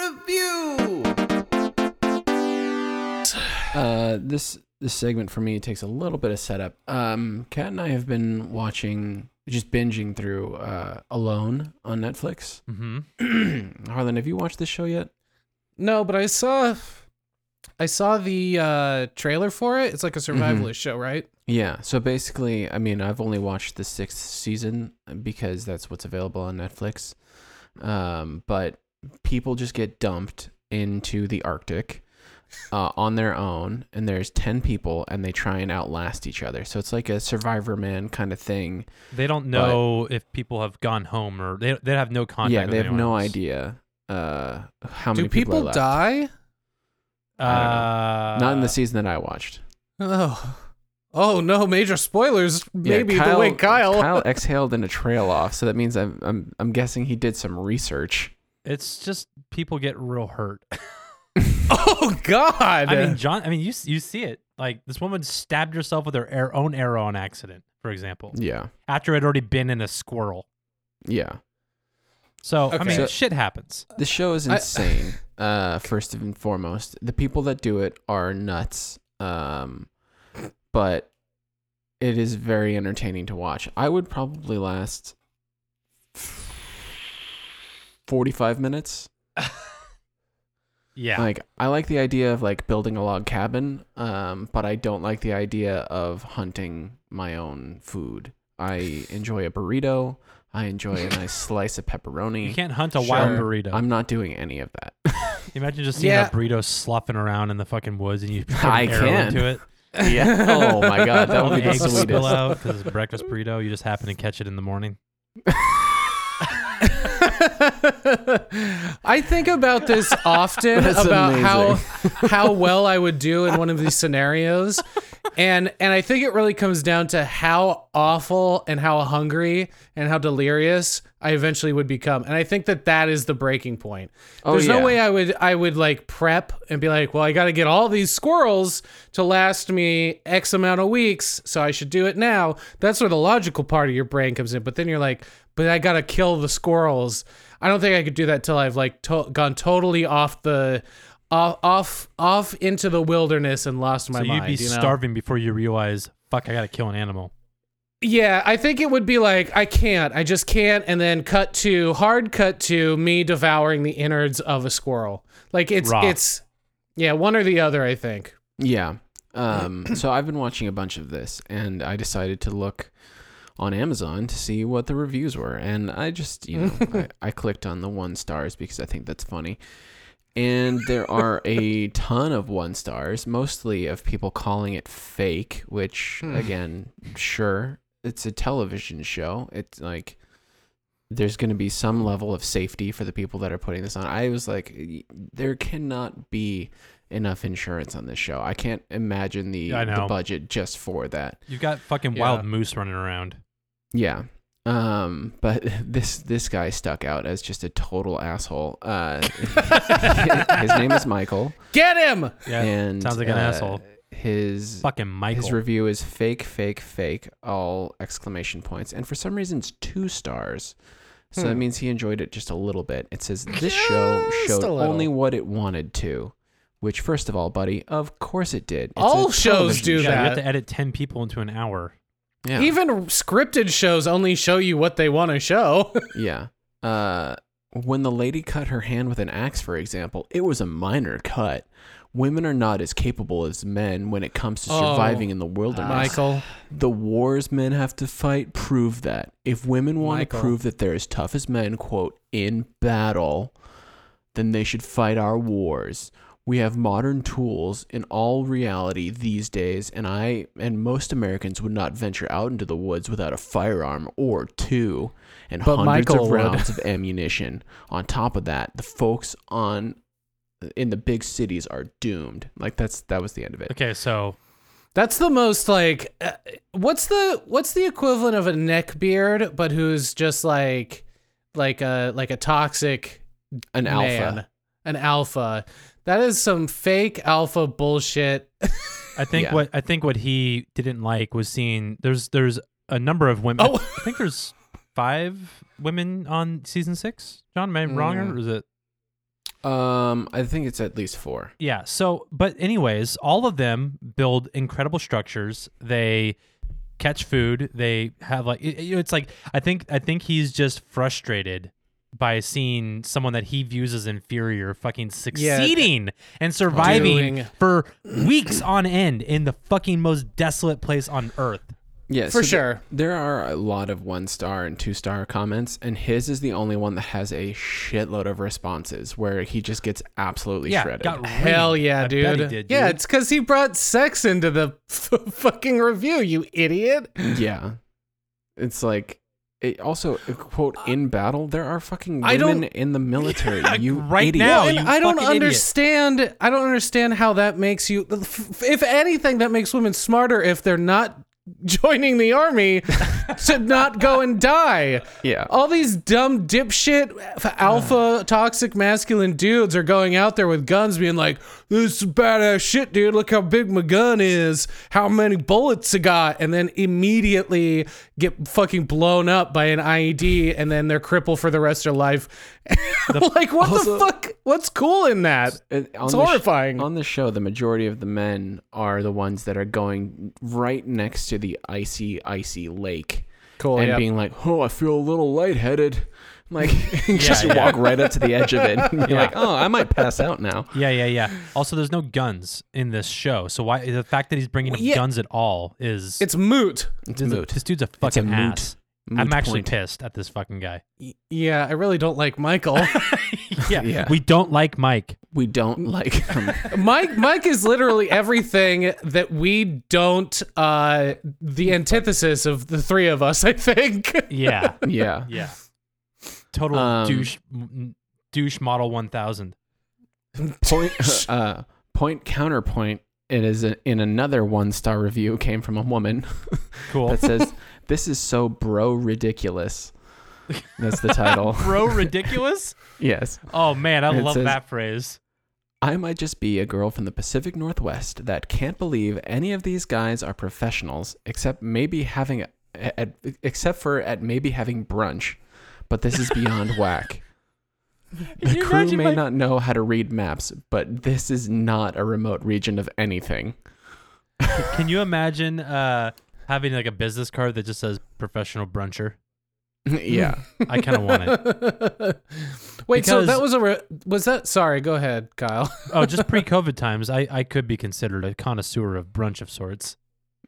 E: review.
C: Uh, this this segment for me takes a little bit of setup. Um, Kat and I have been watching, just binging through uh, Alone on Netflix.
A: Mm-hmm.
C: Harlan, have you watched this show yet?
B: No, but I saw I saw the uh, trailer for it. It's like a
A: Mm-hmm.
B: survivalist show, right?
C: Yeah. So basically, I mean, I've only watched the sixth season because that's what's available on Netflix. Um, but people just get dumped into the Arctic uh, on their own, and there's 10 people, and they try and outlast each other. So it's like a survivor man kind of thing.
A: They don't know if people have gone home or they they have no contact.
C: yeah,
A: with
C: they have
A: anyone
C: no
A: else.
C: idea uh, how
B: Do
C: many people,
B: people
C: are left.
B: die?
A: Uh,
C: Not in the season that I watched.
B: Oh, oh no! Major spoilers.
C: Yeah,
B: Maybe the way Kyle.
C: Kyle exhaled in a trail off, so that means I'm I'm I'm guessing he did some research.
A: It's just people get real hurt.
B: oh God!
A: I mean, John. I mean, you s- you see it. Like this woman stabbed herself with her air, own arrow on accident, for example,
C: Yeah.
A: after it had already been in a squirrel.
C: Yeah.
A: So I
B: Okay.
A: mean,
B: So-
A: shit happens.
C: The show is
B: I-
C: insane. uh, first and foremost, the people that do it are nuts. Um, but it is very entertaining to watch. I would probably last forty-five minutes.
A: Yeah.
C: Like I like the idea of like building a log cabin, um, but I don't like the idea of hunting my own food. I enjoy a burrito. I enjoy a nice slice of pepperoni.
A: you can't hunt a wild
C: Sure.
A: burrito.
C: I'm not doing any of that.
A: Imagine just seeing
B: Yeah.
A: a burrito sloughing around in the fucking woods and you put an
C: I
A: arrow
C: can.
A: into it.
C: yeah. Oh my god, that would be the
A: eggs spill
C: sweetest.
A: out because it's a breakfast burrito. You just happen to catch it in the morning.
B: I think about this often
C: That's
B: about how
C: amazing.
B: how well I would do in one of these scenarios. And and I think it really comes down to how awful and how hungry and how delirious I eventually would become. And I think that that is the breaking point.
C: Oh,
B: There's
C: yeah.
B: no way I would I would like prep and be like, "Well, I got to get all these squirrels to last me X amount of weeks, so I should do it now." That's where the logical part of your brain comes in, but then you're like, "But I got to kill the squirrels." I don't think I could do that till I've like to- gone totally off the off off off into the wilderness and lost my
A: so
B: mind.
A: you'd be
B: you know?
A: starving before you realize, fuck, I gotta kill an animal.
B: Yeah, I think it would be like I can't, I just can't, and then cut to hard cut to me devouring the innards of a squirrel. Like it's
A: Raw.
B: it's yeah, one or the other. I think.
C: Yeah. Um, so I've been watching a bunch of this, and I decided to look on Amazon to see what the reviews were, and I just you know I, I clicked on the one stars because I think that's funny. And there are a ton of one stars, mostly of people calling it fake, which
A: Hmm.
C: again, sure, it's a television show. It's like there's going to be some level of safety for the people that are putting this on. I was like, y- there cannot be enough insurance on this show. I can't imagine the,
A: Yeah, I
C: the
A: know.
C: budget just for that.
A: You've got fucking
B: Yeah.
A: wild moose running around.
C: Yeah. Um, but this this guy stuck out as just a total asshole. Uh, his name is Michael,
B: Get him.
A: Yeah.
C: and
A: sounds like an
C: uh,
A: asshole.
C: His
A: Fucking Michael.
C: his review is fake, fake, fake, all exclamation points, and for some reason it's two stars. So that
B: Hmm.
C: means he enjoyed it just a little bit. It says this
B: Just
C: show showed
B: a little.
C: only what it wanted to, which first of all, buddy, of course it did. It's a
B: All shows
C: television
B: do
A: yeah,
C: show.
A: you
B: that.
A: have to edit ten people into an hour.
C: Yeah.
B: Even scripted shows only show you what they want to show.
C: Yeah. Uh, when the lady cut her hand with an axe, for example, it was a minor cut. Women are not as capable as men when it comes to
B: Oh,
C: surviving in the wilderness.
B: Michael,
C: The wars men have to fight prove that. If women want
B: Michael.
C: to prove that they're as tough as men, quote, in battle, then they should fight our wars. We have modern tools in all reality these days, and I and most Americans would not venture out into the woods without a firearm or two and
B: But
C: hundreds
B: Michael
C: of
B: would.
C: rounds of ammunition. On top of that, the folks on in the big cities are doomed. Like that's that was the end of it.
A: Okay, so
B: that's the most like. Uh, what's the what's the equivalent of a neck beard, but who's just like like a like a toxic
C: An alpha.
B: man, an alpha. That is some fake alpha bullshit.
A: I think
C: Yeah.
A: what I think what he didn't like was seeing there's there's a number of women.
B: Oh.
A: I think there's five women on season six. John, am I wrong
B: Hmm.
A: or is it?
C: Um, I think it's at least four.
A: Yeah. So, but anyways, all of them build incredible structures. They catch food. They have like it- it- it's like I think I think he's just frustrated by seeing someone that he views as inferior fucking
B: Yeah.
A: succeeding and surviving
B: Doing-
A: for weeks on end in the fucking most desolate place on earth.
C: Yeah,
B: For
C: so th-
B: sure.
C: there are a lot of one star and two star comments, and his is the only one that has a shitload of responses where he just gets absolutely
A: Yeah,
C: shredded.
A: got
B: Hell
A: reamed.
B: yeah,
A: I
B: dude.
A: bet he did,
B: Yeah,
A: dude.
B: it's because he brought sex into the fucking review, you idiot.
C: yeah, it's like it also quote in battle. There are fucking women
B: I don't-
C: in the military. you
A: right
C: idiot.
A: now. Oh,
B: and
A: you
B: I don't
A: fucking idiot.
B: understand. I don't understand how that makes you. f- If anything, that makes women smarter if they're not joining the army to not go and die.
C: Yeah.
B: All these dumb dipshit f- alpha toxic masculine dudes are going out there with guns, being like, "This is badass shit, dude. Look how big my gun is. How many bullets I got," and then immediately get fucking blown up by an IED, and then they're crippled for the rest of their life. like, what the fuck? What's cool in that?
C: And on
B: It's
C: the sh-
B: horrifying.
C: on the show, the majority of the men are the ones that are going right next to the icy, icy lake.
B: Cool,
C: And
B: yeah.
C: being like, oh, I feel a little lightheaded. Like, just
A: yeah.
C: walk right up to the edge of it and be like, oh, I might pass out now.
A: Yeah, yeah, yeah. Also, there's no guns in this show, so why the fact that he's bringing up
B: yeah.
A: guns at all is
B: It's moot.
C: It's
A: this,
C: moot.
A: this dude's a
C: It's a
A: fucking
C: moot-
A: ass.
C: moot
A: I'm actually
C: point.
A: pissed at this fucking guy.
B: Y- Yeah, I really don't like Michael.
A: yeah.
C: Yeah.
A: we don't like Mike.
C: We don't like him.
B: Mike Mike is literally everything that we don't uh the antithesis of the three of us, I think.
A: Yeah,
C: yeah.
A: yeah. Total
C: Um,
A: douche, m- douche model 1000.
C: Point, uh, point counterpoint. It is a, in another one star review came from a woman.
A: Cool.
C: that says, "This is so bro ridiculous." That's the title.
A: Bro, ridiculous.
C: yes,
A: Oh man, I
C: It
A: love
C: says-
A: that phrase.
C: I might just be a girl from the Pacific Northwest that can't believe any of these guys are professionals, except maybe having, at, except for at maybe having brunch. But this is beyond whack. The
A: you
C: crew
A: imagine,
C: may
A: like-
C: not know how to read maps, but this is not a remote region of anything.
A: Can you imagine uh, having like a business card that just says professional bruncher?
C: yeah.
A: I kind of want it.
B: Wait, so
A: Because-
B: that was a re- was that sorry, go ahead, Kyle.
A: Oh, just pre-COVID times, I, I could be considered a connoisseur of brunch of sorts.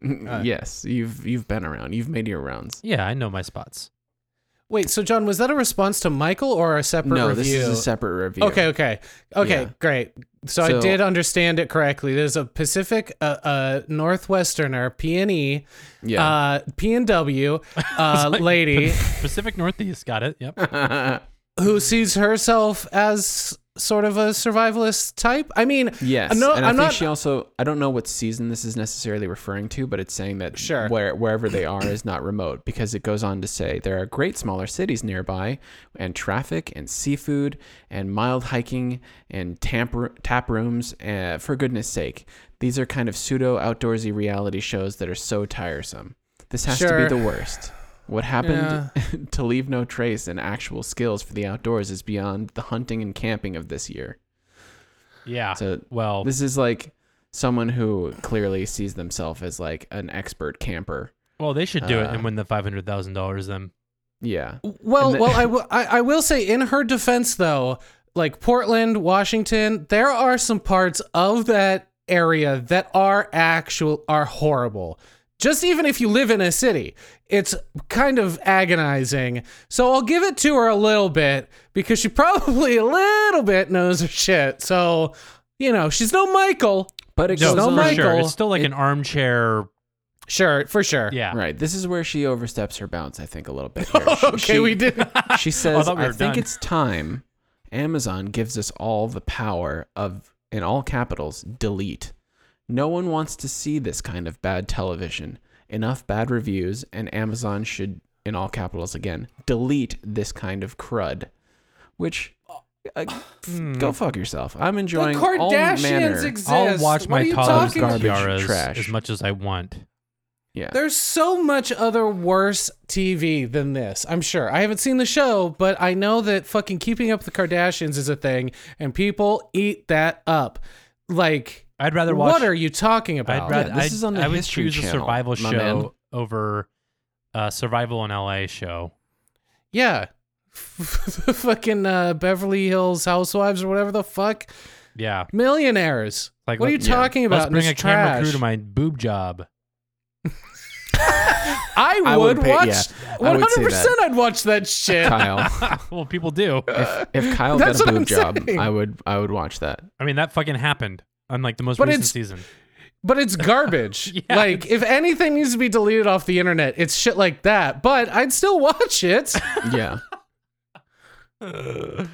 B: Mm.
C: yes, you've you've been around. You've made your rounds.
A: Yeah, I know my spots.
B: Wait, so John, was that a response to Michael or a separate
C: No, this
B: review?
C: is a separate review.
B: Okay, okay, okay,
C: Yeah.
B: great. So, I
C: So-
B: did understand it correctly. There's a Pacific, uh, uh, Northwesterner, PNE,
C: Yeah.
B: uh, PNW uh, lady
A: Pacific Northeast, got it. Yep.
B: uh, who sees herself as sort of a survivalist type. I mean,
C: Yes,
B: I know-
C: and I
B: I'm
C: think
B: not.
C: she also. I don't know what season this is necessarily referring to, but it's saying that
B: Sure.
C: where wherever they are is not remote because it goes on to say there are great smaller cities nearby, and traffic and seafood and mild hiking and tamper, tap rooms. Uh, for goodness sake, these are kind of pseudo outdoorsy reality shows that are so tiresome. This has
B: Sure.
C: to be the worst. What happened
B: Yeah.
C: to leave no trace and actual skills for the outdoors is beyond the hunting and camping of this year.
A: Yeah.
C: So
A: well,
C: This is like someone who clearly sees themselves as like an expert camper.
A: well, they should do it
C: uh,
A: and win the five hundred thousand dollars. Then
C: Yeah.
B: well,
C: and the-
B: well, I, w- I, I will say in her defense though, like Portland, Washington, there are some parts of that area that are actual are horrible. Just even if you live in a city, it's kind of agonizing. So I'll give it to her a little bit because she probably a little bit knows her shit. So, you know, she's no Michael.
C: But it
B: No,
C: goes
B: no,
A: for
C: on.
A: sure,
B: Michael,
A: it's still like an armchair.
B: Sure, for sure.
A: Yeah.
C: Right. This is where she oversteps her bounds, I think, a little bit. Here.
B: Okay,
C: she,
B: we did.
C: She says, I,
A: thought we were
C: think
A: done."
C: it's time Amazon gives us all the power of, in all capitals, delete. No one wants to see this kind of bad television. Enough bad reviews, and Amazon should, in all capitals again, delete this kind of crud. Which, uh, f- go fuck yourself. I'm enjoying
B: Hmm. The
C: all
B: Kardashians
C: manner.
B: exist.
A: I'll watch
B: What are
A: my
B: you
A: toddler's
B: talking
A: garbage
B: about?
A: tiaras
C: Trash.
A: as much as I want.
C: yeah.
B: There's so much other worse TV than this, I'm sure. I haven't seen the show, but I know that fucking keeping up with the Kardashians is a thing, and people eat that up. Like,
A: I'd rather watch.
B: what are you talking
A: I'd
B: about?
A: rather.
C: this
A: I'd,
C: is on the
A: I would
C: History
A: choose
C: Channel,
A: a survival
C: my
A: show uh,
C: man.
A: over a survival in L.A. show.
B: yeah. the fucking uh, Beverly Hills Housewives or whatever the fuck.
A: Yeah.
B: Millionaires.
A: Like,
B: what are you
A: let-
C: yeah.
B: talking about?
A: Let's bring
B: It's
A: a camera crew
B: trash.
A: to my boob job.
B: I would,
C: I would pay-
B: watch.
C: yeah, I
B: One
C: would say
B: hundred
C: that.
B: percent, I'd watch that shit.
C: Kyle.
A: well, people do.
C: if, if Kyle
B: That's
C: got a
B: what I'm
C: boob job,
B: saying.
C: I would I would watch that.
A: I mean, that fucking happened on like the most
B: But
A: recent
B: it's-
A: season.
B: But it's garbage.
A: Yeah,
B: like, if anything needs to be deleted off the internet, it's shit like that. But I'd still watch it.
C: Yeah.
B: Oh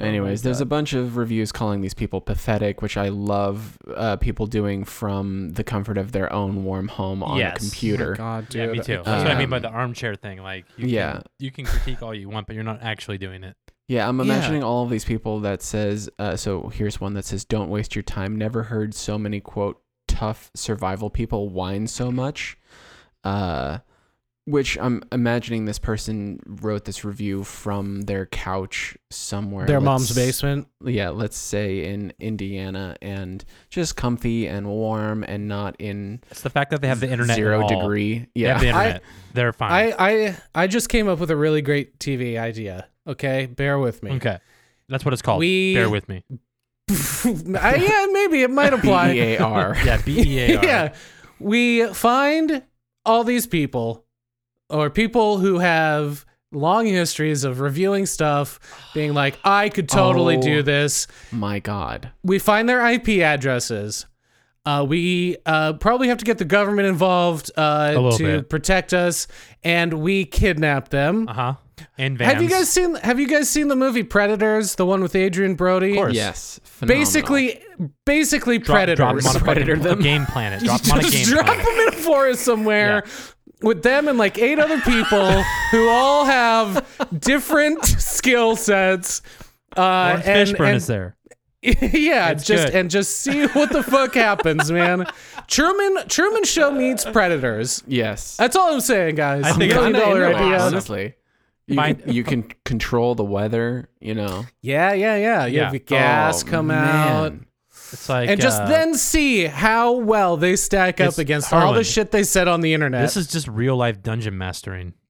C: Anyways, there's a bunch of reviews calling these people pathetic, which I love uh, people doing from the comfort of their own warm home on
A: Yes.
C: a computer.
B: Oh God,
A: Yeah, me too. That's what I mean by
C: Um,
A: the armchair thing. Like, you
C: yeah.
A: can, you can critique all you want, but you're not actually doing it.
C: Yeah, I'm
B: Yeah.
C: imagining all of these people that says, uh, so here's one that says, don't waste your time. Never heard so many, quote, tough survival people whine so much. Uh, which I'm imagining this person wrote this review from their couch somewhere.
B: Their
C: let's-
B: mom's basement.
C: Yeah, let's say in Indiana and just comfy and warm and not in
A: It's the fact that they have the internet. at
C: zero
A: all.
C: degree.
A: They
C: Yeah.
A: have the
B: I-
A: internet. They're fine.
B: I, I I just came up with a really great TV idea. Okay, bear with me.
A: Okay. That's what it's called.
B: We-
A: Bear with me.
B: I, yeah, maybe it might apply.
C: B-E-A-R.
A: Yeah, B E A R.
B: yeah, we find all these people, or people who have long histories of reviewing stuff, being like, I could totally
C: Oh.
B: do this.
C: My God.
B: we find their IP addresses. Uh, we uh, probably have to get the government involved
A: A
B: uh,
A: little
B: to
A: bit.
B: protect us, and we kidnap them.
A: Uh huh. And Vans.
B: have you guys seen Have you guys seen the movie Predators, the one with Adrian Brody? Of
A: course.
C: Yes. phenomenal.
B: Basically, basically
A: drop,
B: predators.
A: Drop them on a
C: Predator
A: fucking
C: them.
A: game planet? Drop them on a
B: Just
A: game
B: drop
A: planet.
B: them in a forest somewhere with them and like eight other people who all have different skill sets. Uh,
A: Lawrence
B: and,
A: Fishburne
B: and
A: is there.
B: yeah,
A: It's
B: just
A: good.
B: and just see what the fuck happens, man. Truman Truman Show meets Predators.
C: Yes.
B: That's all I'm saying, guys.
A: I think
B: Million
A: I'm
B: dollar
A: into it,
B: idea.
C: Honestly, you
A: My-
C: can, you can control the weather. You know,
B: Yeah, yeah, yeah. You
A: Yeah.
B: have the gas
C: Oh,
B: come out.
C: man.
A: It's like
B: And just
A: uh,
B: then see how well they stack up
A: It's
B: against all the
A: Harlan.
B: shit they said on the internet.
A: This is just real life dungeon mastering.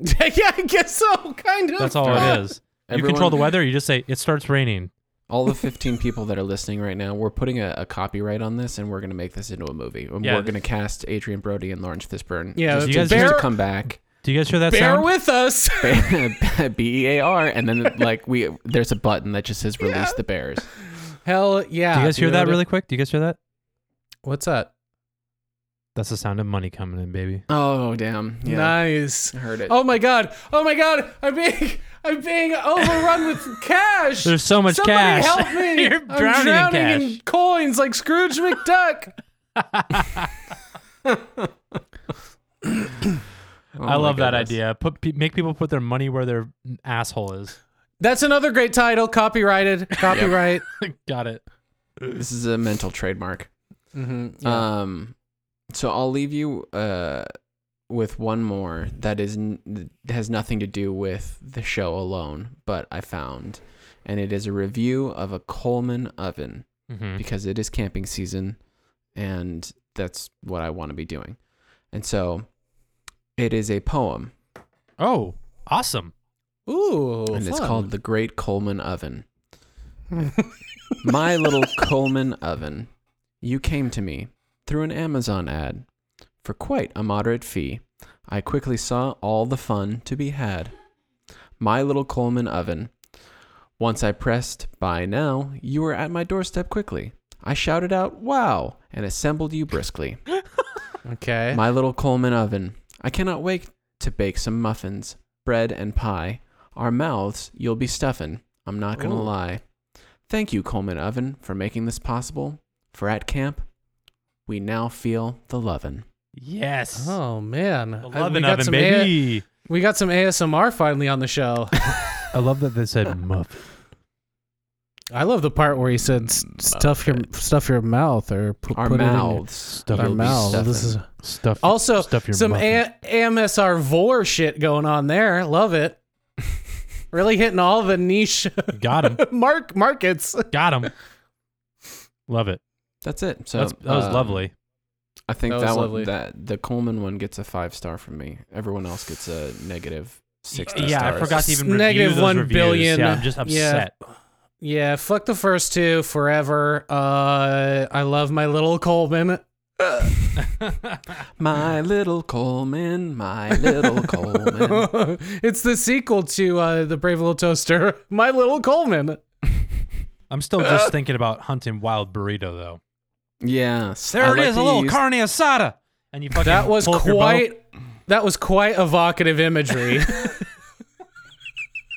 B: yeah, I guess so, kind of.
A: That's all it is. you control
C: Everyone-
A: the weather. You just say it starts raining.
C: All the 15 people that are listening right now, we're putting a, a copyright on this, and we're gonna make this into a movie. And
A: Yeah.
C: we're gonna cast Adrian Brody and Lawrence Fishburne.
B: Yeah,
C: just,
A: you
C: to-
A: guys
C: just
B: bear-
C: to come back.
A: Do you guys hear that
B: Bear
A: sound?
B: with us.
C: B e a r, and then like we, there's a button that just says "Release the Bears."
B: Hell yeah.
A: Do you guys hear that
B: dude.
A: really quick? Do you guys hear that?
B: What's that?
A: That's the sound of money coming in, baby.
C: Oh damn! Yeah,
B: Nice.
C: I heard it.
B: Oh my god! Oh my god! I'm being I'm being overrun with cash.
A: There's so much
B: Somebody
A: cash.
B: Help me!
A: You're
B: I'm
A: drowning in
B: drowning
A: cash.
B: coins like Scrooge McDuck.
C: Oh
A: I
C: my
A: love that
C: goodness.
A: idea. Put pe- make people put their money where their asshole is.
B: That's another great title. Copyrighted. Copyright.
A: Got it.
C: This is a mental trademark.
B: mm-hmm.
C: Um, so I'll leave you uh with one more that is n- has nothing to do with the show alone, but I found, and it is a review of a Coleman oven
A: hmm
C: because it is camping season, and that's what I want to be doing, and so it is a poem,
A: Oh, awesome.
B: Ooh.
C: and it's
B: fun.
C: called "The Great Coleman Oven." My little Coleman oven. You came to me through an Amazon ad for quite a moderate fee. I quickly saw all the fun to be had. My little Coleman oven. Once I pressed buy now, you were at my doorstep quickly. I shouted out, wow, and assembled you briskly.
A: Eh?
B: Okay.
C: My little Coleman oven. I cannot wait to bake some muffins, bread, and pie. Our mouths you'll be stuffin'. I'm not gonna
B: Ooh.
C: lie. Thank you, Coleman oven, for making this possible. For at camp, we now feel the lovin'.
A: Yes.
B: Oh man.
A: I
B: I-
A: love
B: we
A: an
B: got
A: oven,
B: some A-
A: baby.
B: we got some ASMR finally on the show.
A: I love that they said muff.
B: I love the part where he said s- stuff your stuff your mouth or pu-
C: Our
B: put it in your-
C: mouths,
A: Stuff
B: your
A: you'll be
B: mouth.
C: stuffin'.
B: This is
A: Stuff.
B: also
A: stuff your
B: some
A: muffin.
B: A- AMSR vor shit going on there. Love it. really hitting all the niche
A: Got him.
B: mark markets.
A: Got him. Love it.
C: That's it. So
A: That's, that was
C: um,
A: lovely.
C: I think
B: That
C: that,
B: was
C: one,
B: lovely.
C: that the Coleman one gets a five star from me. Everyone else gets a negative 60
A: yeah, I
C: stars.
A: forgot to even review
B: Negative
A: those
B: one
A: reviews.
B: billion.
A: Yeah, I'm just
B: Yeah.
A: upset.
B: Yeah, fuck the first two forever. Uh, I love my little Coleman.
C: My little Coleman, my little Coleman.
B: it's the sequel to uh, the Brave Little Toaster, My Little Coleman.
A: I'm still just thinking about hunting wild burrito though.
C: Yeah,
A: There it is, a little carne asada, and you fucking
B: That was
A: pull up your bow.
B: quite. That was quite evocative imagery.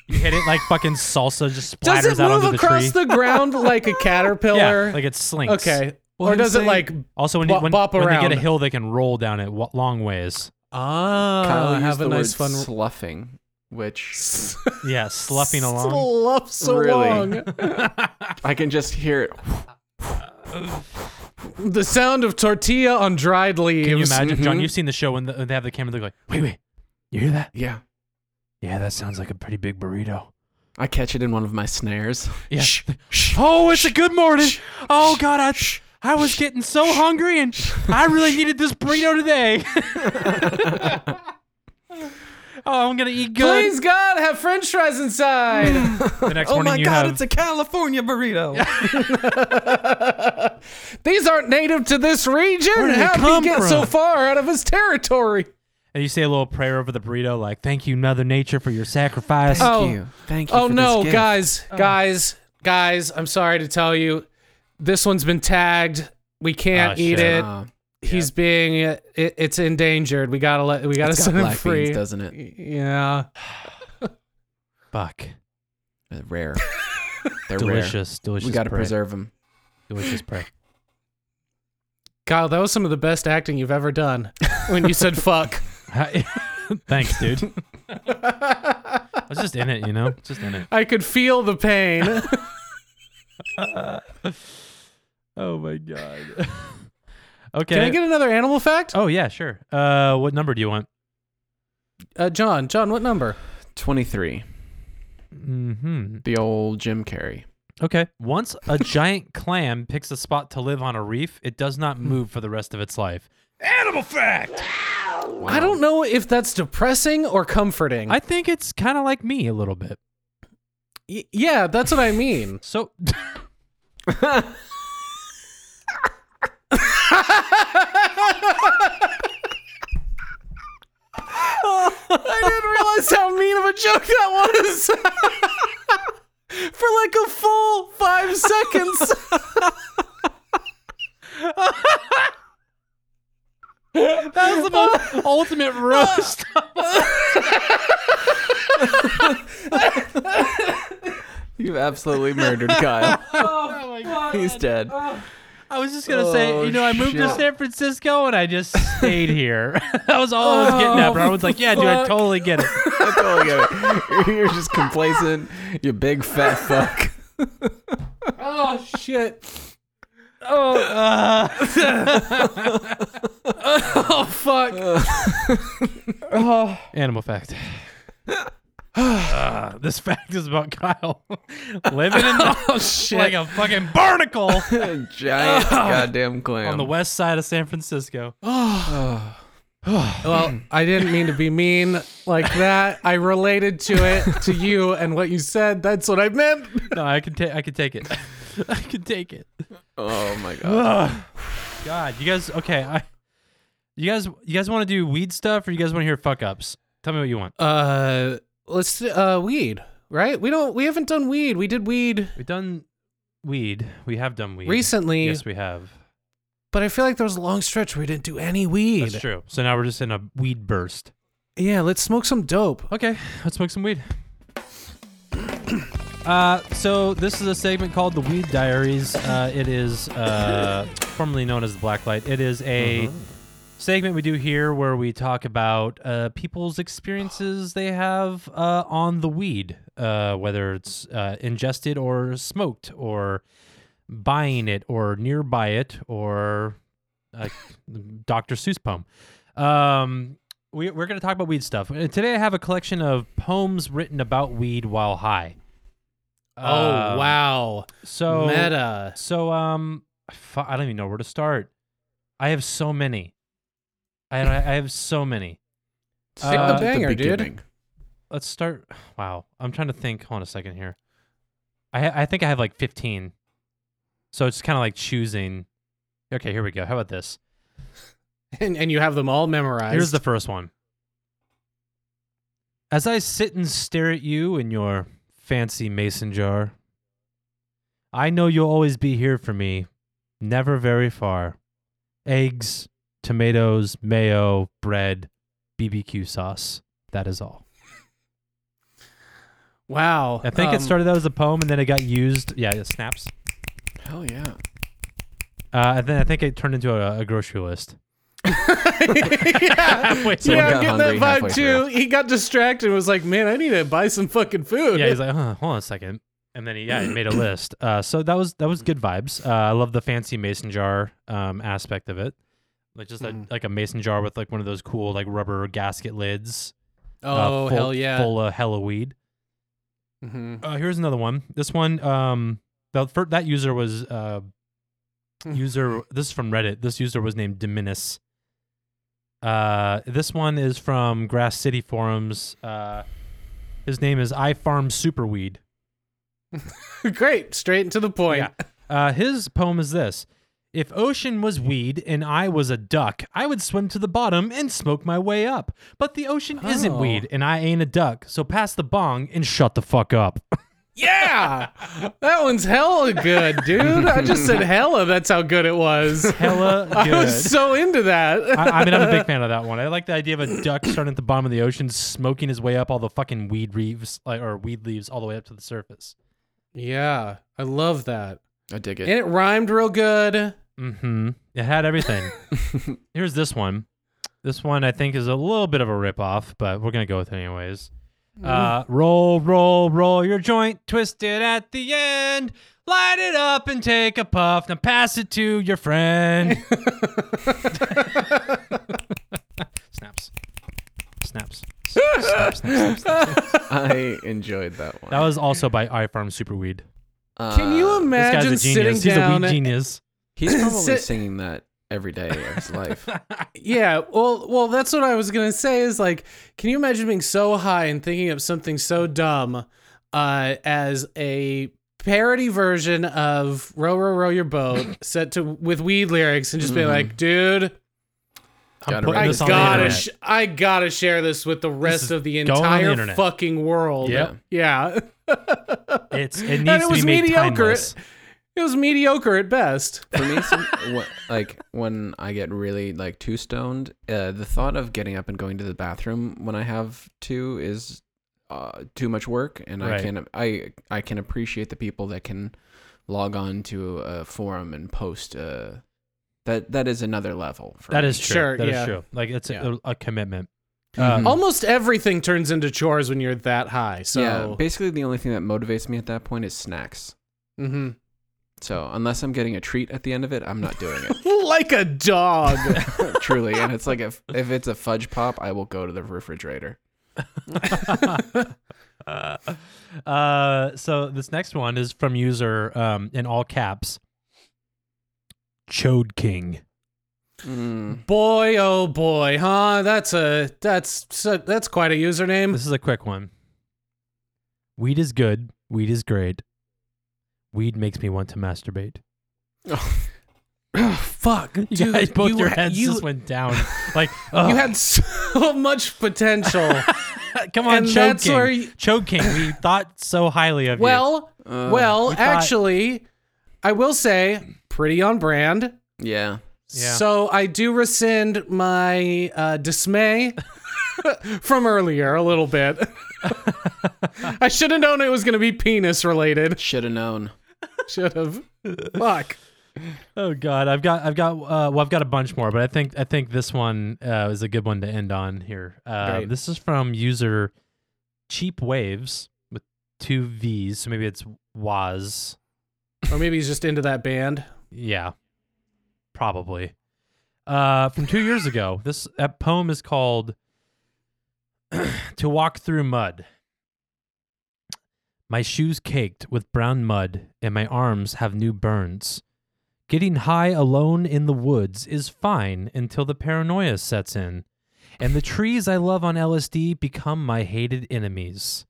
A: You hit it like fucking salsa just
B: does
A: splatters
B: it
A: out
B: move
A: onto the
B: across
A: tree.
B: the ground like a caterpillar?
A: yeah, like it slinks.
B: okay.
C: Well,
B: or
C: I'm
B: does
C: saying-
B: it like
A: Also, when,
B: Bop-
A: you, when,
B: bop
A: when they get a
B: around.
A: hill, they can roll down it w- long ways.
B: ah
C: Kyle used
B: have a
C: the
B: nice
C: word
B: fun
C: Sloughing, which
A: Yeah, sloughing along.
B: Slough so
C: Really?
B: long.
C: I can just hear it.
B: The sound of tortilla on dried leaves.
A: Can you imagine, John?
B: Mm-hmm.
C: Mhm.
A: You've seen the show when, the, when they have the camera. They're like, "Wait, wait, you hear that?
C: Yeah,
A: Yeah, that sounds like a pretty big burrito."
C: I catch it in one of my snares.
A: Yeah. oh, it's a good morning. oh God, I I was getting so hungry, and I really needed this burrito today. oh, I'm gonna eat good.
B: Please Oh God, have French fries inside.
A: The next
C: Oh
A: morning, you have
E: a California burrito.
B: These aren't native to this region.
A: Where did they
B: How did
A: come
B: he get so
A: from?
B: far out of his territory?
A: and you say a little prayer over the burrito, like, "Thank you, Mother Nature, for your sacrifice."
B: Oh.
C: Thank
B: Oh
C: for this
B: no,
C: gift.
B: guys,
A: Oh.
B: guys, guys! I'm sorry to tell you, this one's been tagged. We can't
A: Ah,
B: eat
A: shit.
B: it.
C: Uh,
B: He's being it, it's endangered. We gotta let we gotta
C: it's got
B: set him
C: black
B: free.
C: beans, doesn't it?
B: yeah.
A: Fuck,
C: They're rare. They're rare.
A: delicious, delicious.
C: We got to
A: prey.
C: preserve them.
A: delicious prey.
B: Kyle, that was some of the best acting you've ever done when you said fuck.
A: Thanks, dude. I was just in it, you know, just in it.
B: I could feel the pain.
A: Oh my god. okay.
B: Can I get another animal fact?
A: oh yeah, sure. Uh, what number do you want?
B: Uh, John, John, what number?
C: 23.
B: Mm-hmm.
A: Hmm.
C: The old Jim Carrey.
A: Okay. Once a giant clam picks a spot to live on a reef, it does not move for the rest of its life. Animal fact.
B: I don't know if that's depressing or comforting.
A: I think it's kind of like me a little bit.
B: Y- yeah, that's what I mean.
A: So
B: I didn't realize how mean of a joke that was. For like a full five seconds.
A: that was the most ultimate roast.
C: You've absolutely murdered Kyle.
A: oh my god.
C: He's dead.
A: I was just gonna say,
B: Oh,
A: you know, I moved to
C: shit.
A: San Francisco and I just stayed here. that was all I was getting at. Bro, I was like, yeah, dude, I
B: Oh, fuck.
A: totally get it.
C: I totally get it. You're just complacent. You big fat fuck.
B: oh shit.
A: Uh,
B: Oh fuck.
A: Animal fact. Uh, this fact is about Kyle living in the,
B: Oh shit.
A: like a fucking barnacle
C: Giant goddamn clam.
A: on the west side of San Francisco.
B: well, I didn't mean to be mean like that. I related to it to you and what you said. That's what I meant.
A: No, I can take. I can take it. I can take it.
C: Oh my god.
A: God, you guys. Okay, I. You guys. You guys want to do weed stuff, or you guys want to hear fuck ups? Tell me what you want.
B: Uh let's uh weed, right? We don't we haven't done weed. We did weed
A: We've done weed. We have done weed
B: recently,
A: Yes, we have.
B: but I feel like there was a long stretch where we didn't do any weed.
A: That's true. So now we're just in a weed burst.
B: Yeah, let's smoke some dope.
A: Okay, let's smoke some weed. Uh, so this is a segment called the Weed Diaries. Uh, it is uh, formerly known as the Blacklight. It is a segment we do here where we talk about uh, people's experiences they have uh, on the weed, uh, whether it's uh, ingested or smoked or buying it or nearby it or uh, Dr. Seuss poem. Um, we, we're going to talk about weed stuff. Uh, Today I have a collection of poems written about weed while high.
B: oh
A: Um,
B: wow.
A: So
B: Meta.
A: so um, fu- I don't even know where to start. I have so many. I I I have so many.
B: Stick
A: Uh,
B: the banger, dude.
C: beginning.
A: let's start. Wow, I'm trying to think. Hold on a second here. I ha- I think I have like 15. So it's kind of like choosing. Okay, here we go. How about this?
B: and, and you have them all memorized.
A: Here's the first one. As I sit and stare at you in your fancy mason jar, I know you'll always be here for me, never very far. Eggs, tomatoes, mayo, bread, BBQ sauce. That is all.
B: wow.
A: I think
B: um,
A: it started out as a poem and then it got used. Yeah, it snaps.
C: Hell yeah.
A: Uh, and then I think it turned into a, a grocery list.
B: yeah,
A: Wait,
C: someone
B: yeah I'm
C: got
B: getting that
C: hungry halfway
B: vibe too. He got distracted and was like, "Man, I need to buy some fucking food."
A: Yeah, he's like, huh, hold on a second. And then he, yeah, he made a list. Uh, so that was that was good vibes. Uh, I love the fancy mason jar um, aspect of it, like just a,
B: Mm.
A: like a mason jar with like one of those cool like rubber gasket lids.
B: oh
A: uh, full-
B: hell yeah!
A: full of hella weed.
B: hmm
A: Uh, here's another one. This one, um, the, fir- that user was uh,
B: Hmm.
A: user. This is from Reddit. This user was named Dominus. Uh, this one is from Grass City forums. Uh, his name is I Farm Superweed.
B: Great, straight and to the point.
A: Yeah. Uh, his poem is this: If ocean was weed and I was a duck, I would swim to the bottom and smoke my way up. But the ocean isn't
B: Oh.
A: weed and I ain't a duck, so pass the bong and shut the fuck up.
B: Yeah, that one's hella good, dude. I just said hella. That's how good it was.
A: Hella good.
B: I was so into that.
A: I, I mean, I'm a big fan of that one. I like the idea of a duck starting at the bottom of the ocean, smoking his way up all the fucking weed reeves like, or weed leaves all the way up to the surface.
B: yeah, I love that,
C: I dig
B: and
C: it.
B: it rhymed real good.
A: Mm-hmm. It had everything. Here's this one. This one I think is a little bit of a ripoff, but we're gonna go with it anyways.
B: Mm.
A: Uh, roll, roll, roll your joint, twist it at the end, light it up and take a puff. Now pass it to your friend. snaps, snaps, snaps, snaps, snaps, snaps.
C: I enjoyed that one.
A: That was also by iFarm Superweed.
C: Uh,
B: Can you
A: This guy's
B: imagine
A: a
B: sitting
A: genius. He's a
B: down?
A: weed genius.
C: He's probably
B: Sit-
C: singing that every day of his life.
B: Yeah, well, well, that's what I was gonna say. Is like, can you imagine being so high and thinking up something so dumb uh, as a parody version of "Row, Row, Row Your Boat" set to with weed lyrics, and just be like, "Dude,
C: Gotta
A: putting Mm-hmm.
B: I
C: write
A: this
C: it
A: on
C: down.
A: the
B: gotta,
A: internet.
B: sh- I gotta share this with the rest
A: is
B: of the
A: going on the
B: entire
A: internet.
B: fucking world."
A: Yep.
B: Yeah,
A: It's it needs
B: it
A: to
B: was
A: be made
B: mediocre.
A: timeless.
B: it was mediocre at best.
C: For me, some, wha- like when I get really like too stoned, uh, the thought of getting up and going to the bathroom when I have to is uh, too much work, and
A: Right.
C: I can I I can appreciate the people that can log on to a forum and post. Uh, that that is another level. For
A: That
C: me.
A: is true. That
B: Sure,
A: is
B: yeah.
A: true. Like it's
B: Yeah.
A: a, a commitment.
C: Mhm.
A: Uh,
B: Almost everything turns into chores when you're that high. So,
C: yeah. Basically, the only thing that motivates me at that point is snacks.
B: Mhm.
C: So unless I'm getting a treat at the end of it, I'm not doing
B: like a dog.
C: it. Truly, and it's like if if it's a fudge pop, I will go to the refrigerator.
B: Oh
A: uh, so this next one is from user um, in all caps. Chode King.
C: Mm.
B: Boy, oh boy, huh? That's a that's so- that's quite a username.
A: This is a quick one. Weed is good. Weed is great. Weed makes me want to masturbate.
B: Fuck,
A: You guys, both
B: you,
A: your heads
B: you,
A: just went down. Like, oh,
B: you
A: ugh.
B: had so much potential.
A: come on,
B: and
A: Chode
B: that's
A: King.
B: where you-
A: Chode King. We thought so highly of
B: well,
C: Uh,
B: well,
A: we thought-
B: actually, I will say pretty on brand.
C: Yeah.
A: Yeah.
B: So I do rescind my uh, dismay from earlier a little bit. I should have known it was going to be penis related.
C: Should have known.
B: Should have. Fuck.
A: you. Oh God, I've got, I've got, uh, well, I've got a bunch more, but I think, I think this one uh, is a good one to end on here. Uh,
B: Great.
A: This is from user Cheap Waves with two V's, so maybe it's Waz.
B: Or maybe he's just into that band.
A: Yeah, probably. Uh, from two years ago, this uh, poem is called "To Walk Through Mud." My shoes caked with brown mud, and my arms have new burns. Getting high alone in the woods is fine until the paranoia sets in, and the trees I love on LSD become my hated enemies.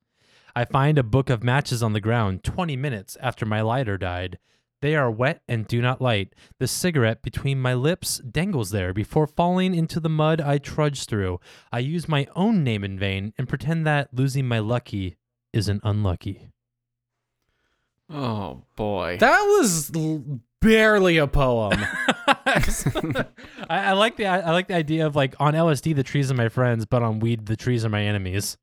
A: I find a book of matches on the ground 20 minutes after my lighter died. They are wet and do not light. The cigarette between my lips dangles there before falling into the mud I trudge through. I use my own name in vain and pretend that losing my lucky isn't unlucky.
C: Oh boy.
B: That was l- barely a poem.
A: I, I like the I like the idea of like on LSD the trees are my friends, but on weed the trees are my enemies.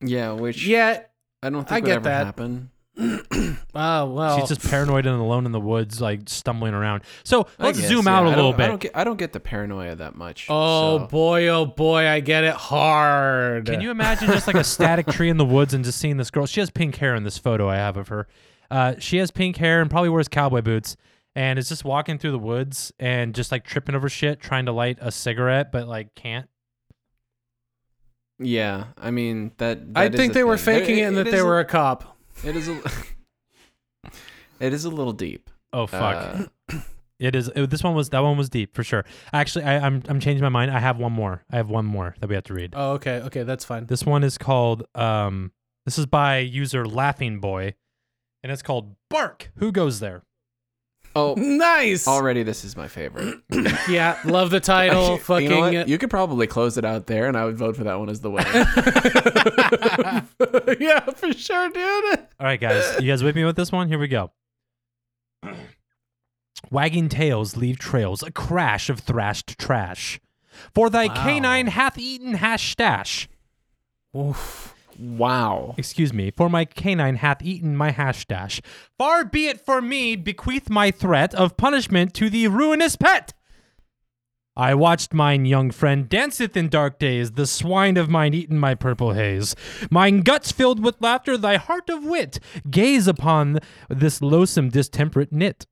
C: yeah, which
B: yeah.
C: I don't think
B: I
C: would
B: get
C: ever
B: that.
C: happen.
B: Oh well.
A: She's just paranoid and alone in the woods, like stumbling around. So
C: I
A: let's
C: guess,
A: zoom
C: yeah,
A: out a
C: I don't-
A: little
C: I
A: bit.
C: don't get I don't get the paranoia that much.
B: oh
C: so-
B: boy, oh boy, I get it hard.
A: Can you imagine just like a static tree in the woods and just seeing this girl? She has pink hair in this photo I have of her. Uh, she has pink hair and probably wears cowboy boots and is just walking through the woods and just like tripping over shit, trying to light a cigarette, but like can't.
C: Yeah, I mean that.
B: I
C: that is
B: think
C: a
B: they were
C: thing. There-
B: faking it, and that they
C: is a-
B: were a cop.
C: It is a. it is a little deep.
A: Oh fuck!
C: Uh,
A: it is. it- this one was that one was deep for sure. Actually, I, I'm I'm changing my mind. I have one more. I have one more that we have to read.
B: Oh, okay, okay, that's fine.
A: This one is called um this is by user Laughing Boy and it's called Bark. Who goes there?
C: oh,
B: Nice.
C: already this is my favorite.
B: Yeah, love the title. fucking.
C: You, know what? You could probably close it out there, and I would vote for that one as the winner.
B: uh, yeah, for sure, dude.
A: All right, guys. You guys with me with this one? Here we go. Wagging tails leave trails, a crash of thrashed trash. For thy
B: Wow.
A: canine hath eaten hash stash.
C: wow.
A: Excuse me. For my canine hath eaten my hash dash. Far be it for me bequeath my threat of punishment to the ruinous pet. I watched mine young friend danceth in dark days, the swine of mine eaten my purple haze. Mine guts filled with laughter, thy heart of wit, gaze upon this loathsome distemperate nit.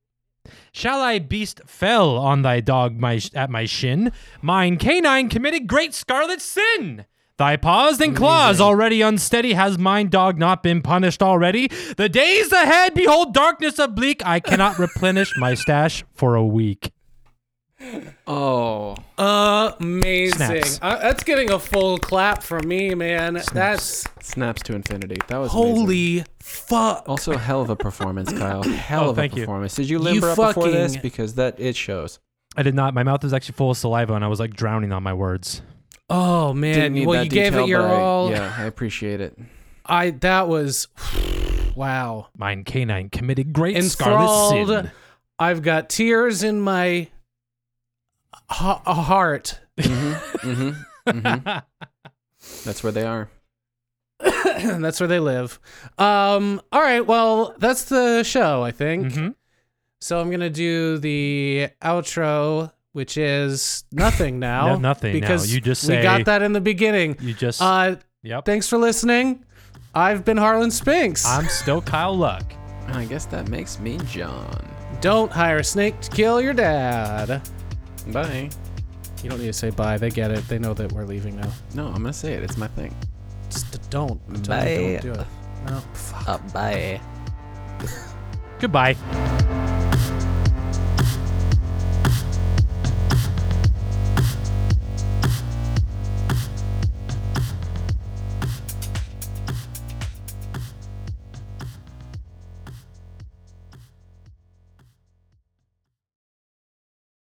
A: Shall I beast fell on thy dog my at my shin? Mine canine committed great scarlet sin. Thy paws and claws already unsteady. Has mine dog not been punished already? The days ahead behold darkness oblique. I cannot replenish my stash for a week.
C: Oh,
B: Amazing.
A: Snaps.
B: Uh, that's getting a full clap from me, man. That's
C: snaps to infinity. That was amazing.
B: holy fuck.
C: Also, hell of a performance, Kyle. Hell
A: Oh,
C: of a
A: thank you.
C: performance. Did you limber up before this?
B: fucking-
C: Because that it shows.
A: I did not. My mouth was actually full of saliva, and I was like drowning on my words.
B: Oh
C: Didn't
B: man.
C: need
B: Well,
C: that
B: you gave
C: detail,
B: it your
C: but I-
B: all.
C: yeah, I appreciate it.
B: I that was wow.
A: Mine canine committed great scarlet
B: Enthralled.
A: sin.
B: I've got tears in my ha- heart.
C: hmm hmm That's where they are.
B: that's where they live. Um all right, well, that's the show, I think.
A: Mhm.
B: So I'm gonna do the outro, which is nothing now.
A: No- nothing now.
B: because
A: You just
B: we
A: say-
B: got that in the beginning.
A: You just.
B: Uh,
A: yep.
B: thanks for listening. I've been Harlan Spinks.
A: I'm still Kyle Luck.
C: I guess that makes me John.
B: Don't hire a snake to kill your dad.
C: Bye.
B: You don't need to say bye. They get it. They know that we're leaving now.
C: No, I'm gonna say it. It's my thing.
B: Just d- don't. Tell me
E: Bye.
B: Don't do it. No.
E: Bye.
A: Goodbye.